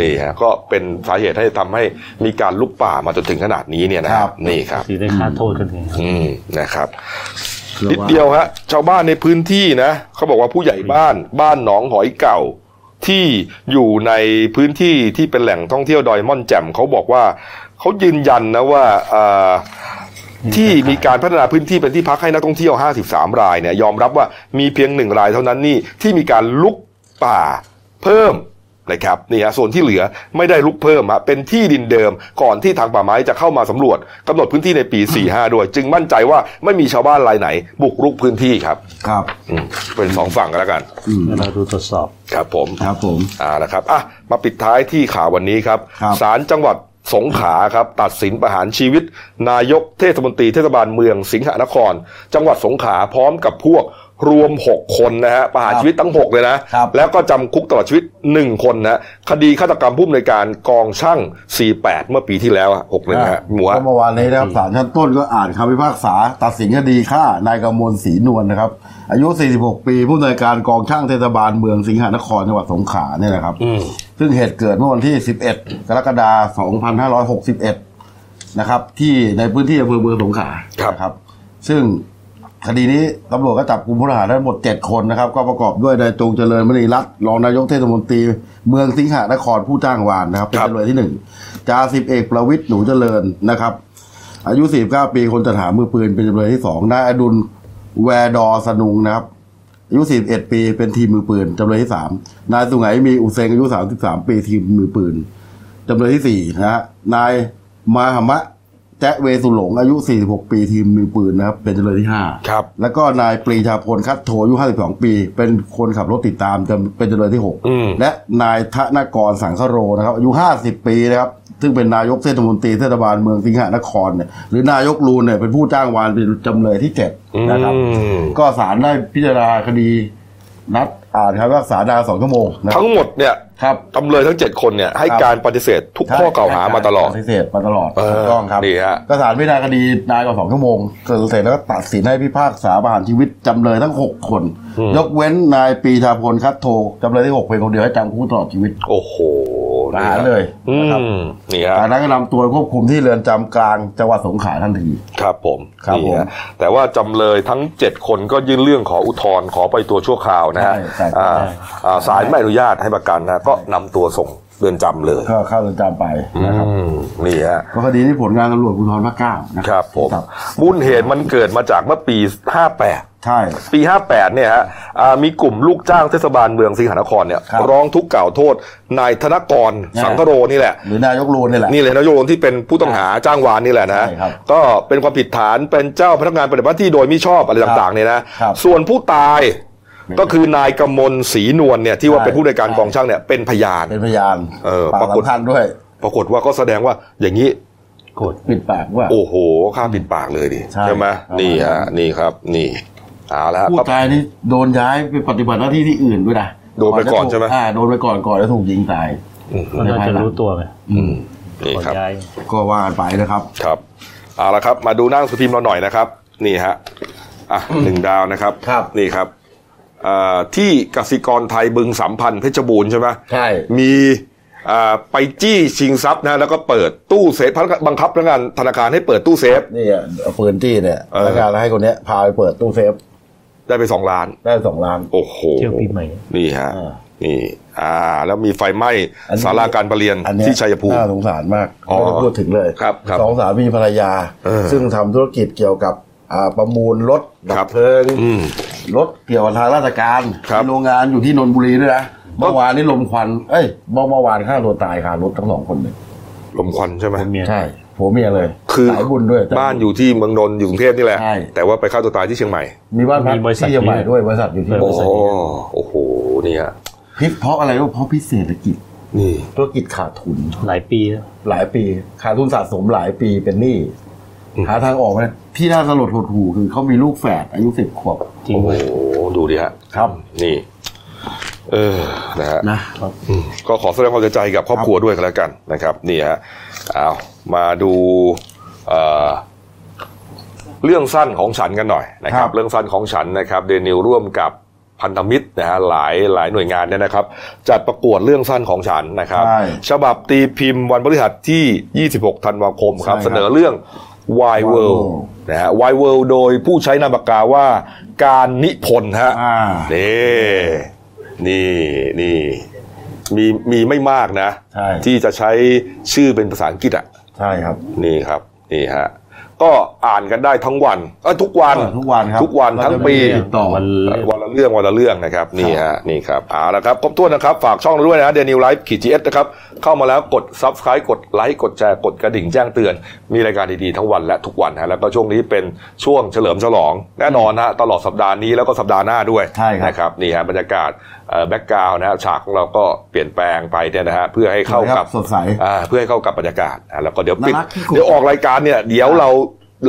S1: นี่ฮะก็เป็นสาเหตุให้ทำให้มีการลุกป่ามาจนถึงขนาดนี้เนี่ยนะครับนี่ครับ
S10: ถือได้ค่าโทษกันเอง
S1: อืมนะครับ นิดเดียวฮะชาวบ้านในพื้นที่นะเขาบอกว่าผู้ใหญ่บ้านบ้านหนองหอยเก่า ที่อยู่ในพื้นที่ที่เป็นแหล่งท่องเที่ยวดอยม่อนแจ่มเขาบอกว่าเขายืนยันนะว่าเอ่อที่มีการพัฒนาพื้นที่เป็นที่พักให้นักท่องเที่ยว 53 รายเนี่ยยอมรับว่ามีเพียงหนึ่งรายเท่านั้นนี่ที่มีการลุกป่าเพิ่มนะครับนี่ฮะส่วนที่เหลือไม่ได้ลุกเพิ่มฮะเป็นที่ดินเดิมก่อนที่ทางป่าไม้จะเข้ามาสำรวจกำหนดพื้นที่ในปี 45 ด้วย จึงมั่นใจว่าไม่มีชาวบ้านรายไหน บุกรุกพื้นที่ครับ
S2: ครับ
S1: เป็นสองฝั่งกันแล้วกัน
S10: เราดูตรวจสอบ
S1: ครับผม
S2: ครับผม
S1: อ่านะครับอ่ะมาปิดท้ายที่ข่าววันนี้ครับ ศาลจังหวัด สงขลาครับตัดสินประหารชีวิต นายกเทศมนตรีเทศบาลเมืองสิงหนคร จังหวัดสงขลาพร้อมกับพวกรวม 6 คนนะฮะประหารชีวิตทั้ง 6 เลยนะ แล้วก็จำคุกตลอดชีวิต 1 คนนะคดีฆาตกรรมผู้อำนวยการกองช่าง 48 เมื่อปีที่แล้วอะ6เลยนะฮะหมัว
S2: ก็เมื่อวานนี้นะครับศาลชั้นต้นก็อ่านคำพิพากษา ตัดสินคดีฆ่านายกมลศรีนวลนะครับ อายุ 46 ปี ผู้อำนวยการกองช่างเทศบาลเมืองสิงหนครจังหวัดสงขลาเนี่ยนะครับ ซึ่งเหตุเกิดเมื่อวันที่ 11 กรกฎาคม 2561 นะครับ ที่ในพื้นที่อำเภอเมืองสงขลานะครับ ซึ่งคดีนี้ตำรวจก็จับกลุ่มผู้ต้องหาได้ทั้งหมด 7 คนนะครับ ก็ประกอบด้วยนายจงเจริญมณีรัตน์รองนายกเทศมนตรีเมืองสิงหนครผู้จ้างวานนะครับ เป็นจำเลยที่หนึ่งจ่าสิบเอกประวิทย์หนูเจริญนะครับ อายุ 49 ปีคนจัดหามือปืนเป็นจำเลยที่สองนายอดุลแวดอสนุงนะครับ อายุ 41 ปีเป็นทีมมือปืนจำเลยที่สามนายสุไหงมีอุเซงอายุ 33 ปีทีมมือปืนจำเลยที่สี่นะฮะนายมาหมะ แจ๊ะเวสุหลงอายุ 46 ปีทีมมือปืนนะครับ เป็นจำเลยที่5
S1: ครับ
S2: แล้วก็นายปรีชาพลคัดโถอายุ 52 ปี เป็นคนขับรถติดตามจำเป็นจำเลยที่
S1: อืม
S2: 6 และนายธนกรสังคโรนะครับ อายุ 50 ปีนะครับ ซึ่งเป็นนายกเทศมนตรีเทศบาลเมืองสิงหนครเนี่ยหรือนายกลูนเนี่ยเป็นผู้จ้างวานเป็นจำเลยที่ 7 นะครับ ก็ศาลได้พิจารณาคดี นัดอ่านคำพิพากษาดาวสองชั่วโมงนะครับ
S1: ทั้งหมดเนี่ย
S2: ครับ
S1: จำเลยทั้ง 7 คนเนี่ยให้
S2: ครับ
S1: การปฏิเสธทุกข้อกล่าวหามาตลอด
S2: ปฏิเสธมาตลอด
S1: เออ
S2: ถูกต้องครับ
S1: ดีฮะ
S2: ก็ศาลพิจารณาคดีนานกว่าสองชั่วโมงเกิดเสร็จแล้วก็ตัดสินให้พิพากษาประหารชีวิตจำเลยทั้งหกคน
S1: อืม
S2: ยกเว้นนายปรีชาพลคัดโทจำเลยที่หกเป็นคนเดียวให้จำคุกตลอดชีวิต
S1: โอ้โห
S2: ประหารเลย
S1: อื
S2: นะครับ
S1: มนี่ฮะ
S2: จากนั้นก็นำตัวควบคุมที่เรือนจำกลางจังหวัดสงขลาทันที
S1: ครับผม
S2: ครับ
S1: นี่
S2: ผม
S1: ฮะแต่ว่าจำเลยทั้ง 7 คนก็ยื่นเรื่องขออุทธรณ์ขอไปตัวชั่วคราวนะฮะ
S2: ใช่ใช่
S1: อ่า
S2: ใช่
S1: อ่าศาลไม่อนุญาตให้ประกันนะก็นำตัวส่งเรือนจำเลย
S2: ก็เข้าเรือนจำไปนะครับ
S1: อืมนี่ฮะ
S2: ก็คดีนี้ผลงานตำรวจภูธรภาคเก้านะครับ
S1: ผมมูลเหตุมันเกิดมาจากเมื่อปี 58
S2: ใช่
S1: ปี 58 เนี่ยฮะอ่ามีกลุ่มลูกจ้างเทศบาลเมืองสิงหนครเนี่ย
S2: ครับ
S1: ร้องทุกข์กล่าวโทษนายธนกร
S2: นะ
S1: สังกโรนี่แหละ
S2: หรือนายกลูนนี่แหละ
S1: นี่เลยนายโยนที่เป็นผู้ต้องหาจ้างวานนี่แหละนะ
S2: ใช่ครับ
S1: ก็เป็นความผิดฐานเป็นเจ้าพนักงานปฏิบัติหน้าที่โดยมิชอบอะไรต่างๆเนี่ยนะครับ ส่วนผู้ตายก็คือนายกมลศรีนวลเนี่ยที่ว่า
S2: ใช่
S1: เป็นผู้ในวยการกองช่างเนี่ยเป็นพยาน
S2: เป็นพยาน
S1: เออ
S2: ปาก
S1: ปรากฏ
S2: สำคัญด้วย
S1: ปรากฏว่าก็แสดงว่าอย่างนี้
S2: ปิดปากว่า
S1: โอ้โหข้ามปิดปากเลยดิ
S2: ใช่
S1: ไหม
S2: ประมาณ
S1: นี่ฮะ
S2: นั้น
S1: นี่ครับนี่เอาละฮะ
S2: ผู้ตายนี่โดนย้ายไปปฏิบัติหน้าที่ที่อื่นด้วยนะ
S1: โดนไปก่อนใช่ไหม
S2: าโดนไปก่อนก่อนแล้วถูกยิงตาย
S10: ก็น่าจะรู้ตัวไหม
S1: อืมนี่ครับ
S10: ย้าย
S2: ก็ว่ากันไปนะครับ
S1: ครับเอาละครับมาดูหนั่งสุพิมพ์เราหน่อยนะครับ นี่ฮะอ่ะ หนึ่งดาวนะครับ
S2: ครับ
S1: นี่ครับอ่าที่กสิกรไทยบึงสัมพันธ์เพชรบูรณ์ใช่ไหม
S2: ใช่
S1: มีอ่าไปจี้ชิงทรัพย์นะแล้วก็เปิดตู้เซฟพนักงานบังคับพนักงานธนาคารให้เปิดตู้เซฟ
S2: นี่อ่ะเอาปืนจี้เนี่ย
S1: เออ
S2: แล้วการให้คนเนี้ยพาไปเปิดตู้เซฟ
S1: ได้ไปสองล้าน
S2: ได้สองล้าน
S1: โอ้โห
S10: เที่ยวปีใหม่
S1: นี่ฮะ
S2: อ่า
S1: นี่ อ่า แล้วมีไฟไหม้
S2: อันนี้
S1: ศาลาการประเรียน
S2: อันเนี้
S1: ที่ชัยภูมิ
S2: น่าสงสารมาก
S1: อ๋อ
S2: ไม่ได้พูดถึงเลย
S1: ครับครับ
S2: สองสามีภรรยา
S1: เออ
S2: ซึ่งทำธุรกิจเกี่ยวกับอ่าประมูลรถดับเพลิง
S1: อืม
S2: รถเกี่ยวกับทางราชการ
S1: ครับ
S2: มีโรงงานอยู่ที่นนทบุรีด้วยนะเมื่อวานนี่ลมควันเอ้ยเมื่อวานฆ่าตัวตายคารถทั้งสองคนเลย
S1: ลมควันใช่ไหม
S10: คนเมีย
S2: ใช่ผัวเมียเลย
S1: คือ
S2: สายบุญด้วย
S1: บ้านอยู่ที่เมืองนนท์อยู่กรุงเทพนี่แหละ
S2: ใช่
S1: แต่ว่าไปฆ่าตัวตายที่เชียงใหม่
S2: มีบ้านพัก
S10: มีบริษัท
S2: ที่เชียงใหม่ด้วยบริษัทอยู่ที่
S1: โอ้
S10: เออ
S1: โหโอ้โหเนี่ย
S2: พิษเพราะอะไรรู้เพราะพิเศรษฐกิจ
S1: นี่
S2: ธุรกิจขาดทุน
S10: หลายปีแล้ว
S2: หลายปีขาดทุนสะสมหลายปีเป็นหนี้
S1: อืม
S2: หาทางออกไม่ได้ที่น่าสลดหดหูคือเขามีลูกแฝดอายุสิบขวบ
S10: จริง
S1: โอ้โห
S10: ไหม
S1: ดูดิฮะ
S2: ครับ
S1: นี่ เออนะฮะ
S2: นะ
S1: อืมก็ขอแสดงความเสียใจกับครอบครัวด้วยกันแล้วกันนะครับ นี่ฮะเอามาดูเอ่อเรื่องสั้นของฉันกันหน่อยนะครับ เรื่องสั้นของฉันนะครับ เดนิวร่วมกับพันธมิตรนะฮะหลายหลายหน่วยงานเนี่ยนะครับ จัดประกวดเรื่องสั้นของฉันนะครับ
S2: ใช่
S1: ฉบับตีพิมพ์วันพฤหัสที่ 26 ธันวาคมครับ
S2: ใช่ครับ
S1: เสนอเรื่อง Why World
S2: World
S1: นะฮะ Why World โดยผู้ใช้นามปากกาว่าการนิพนธ์ฮะ
S2: อ่า
S1: นี่นี่นี่มีมีไม่มากนะ
S2: ใช่
S1: ที่จะใช้ชื่อเป็นภาษาอังกฤษอ่ะ
S2: ใช่ครับ
S1: นี่ครับนี่ฮะก็อ่านกันได้ทั้งวันเอ้ยทุกวัน
S2: ทุกวันครับ
S1: ทุกวันทั้งปี
S2: เราจะมีติดต่อ
S10: วัน
S1: วันละ เรื่องวันละเรื่องนะครับนี่ฮะนี่ครับเอาละครับครบถ้วนนะครับ ฝากช่องเราด้วยนะเดนิวไลฟ์ขีดจีเอสนะครับ เข้ามาแล้วกด subscribe กดไลค์กดแชร์กดกระดิ่งแจ้งเตือน มีรายการดีๆทั้งวันและทุกวันฮะแล้วก็ช่วงนี้เป็นช่วงเฉลิมฉลอง แน่นอนฮะตลอดสัปดาห์นี้แล้วก็สัปดาห์หน้าด้วย
S2: ใช่ครับ
S1: นะครับนี่ฮะบรรยากาศแบ็กกราวนะฮะฉากของเราก็เปลี่ยนแปลงไปเนี่ยนะฮะเพื่อให้เข้ากับ
S2: สดใส
S1: อ่าเพื่อให้เข้ากับบรรยากาศอ่าแล้วก็เดี๋ยวปิด
S2: น่ารักที่สุด
S1: เดี๋ยวออกรายการเนี่ยเดี๋ยวเรา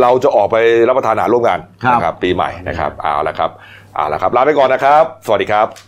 S1: เราจะออกไปรับประทานอาหารร่วมกัน
S2: ครับ
S1: นะครับปีใหม่นะครับเอาละครับเอาละครับลาไปก่อนนะครับ สวัสดีครับ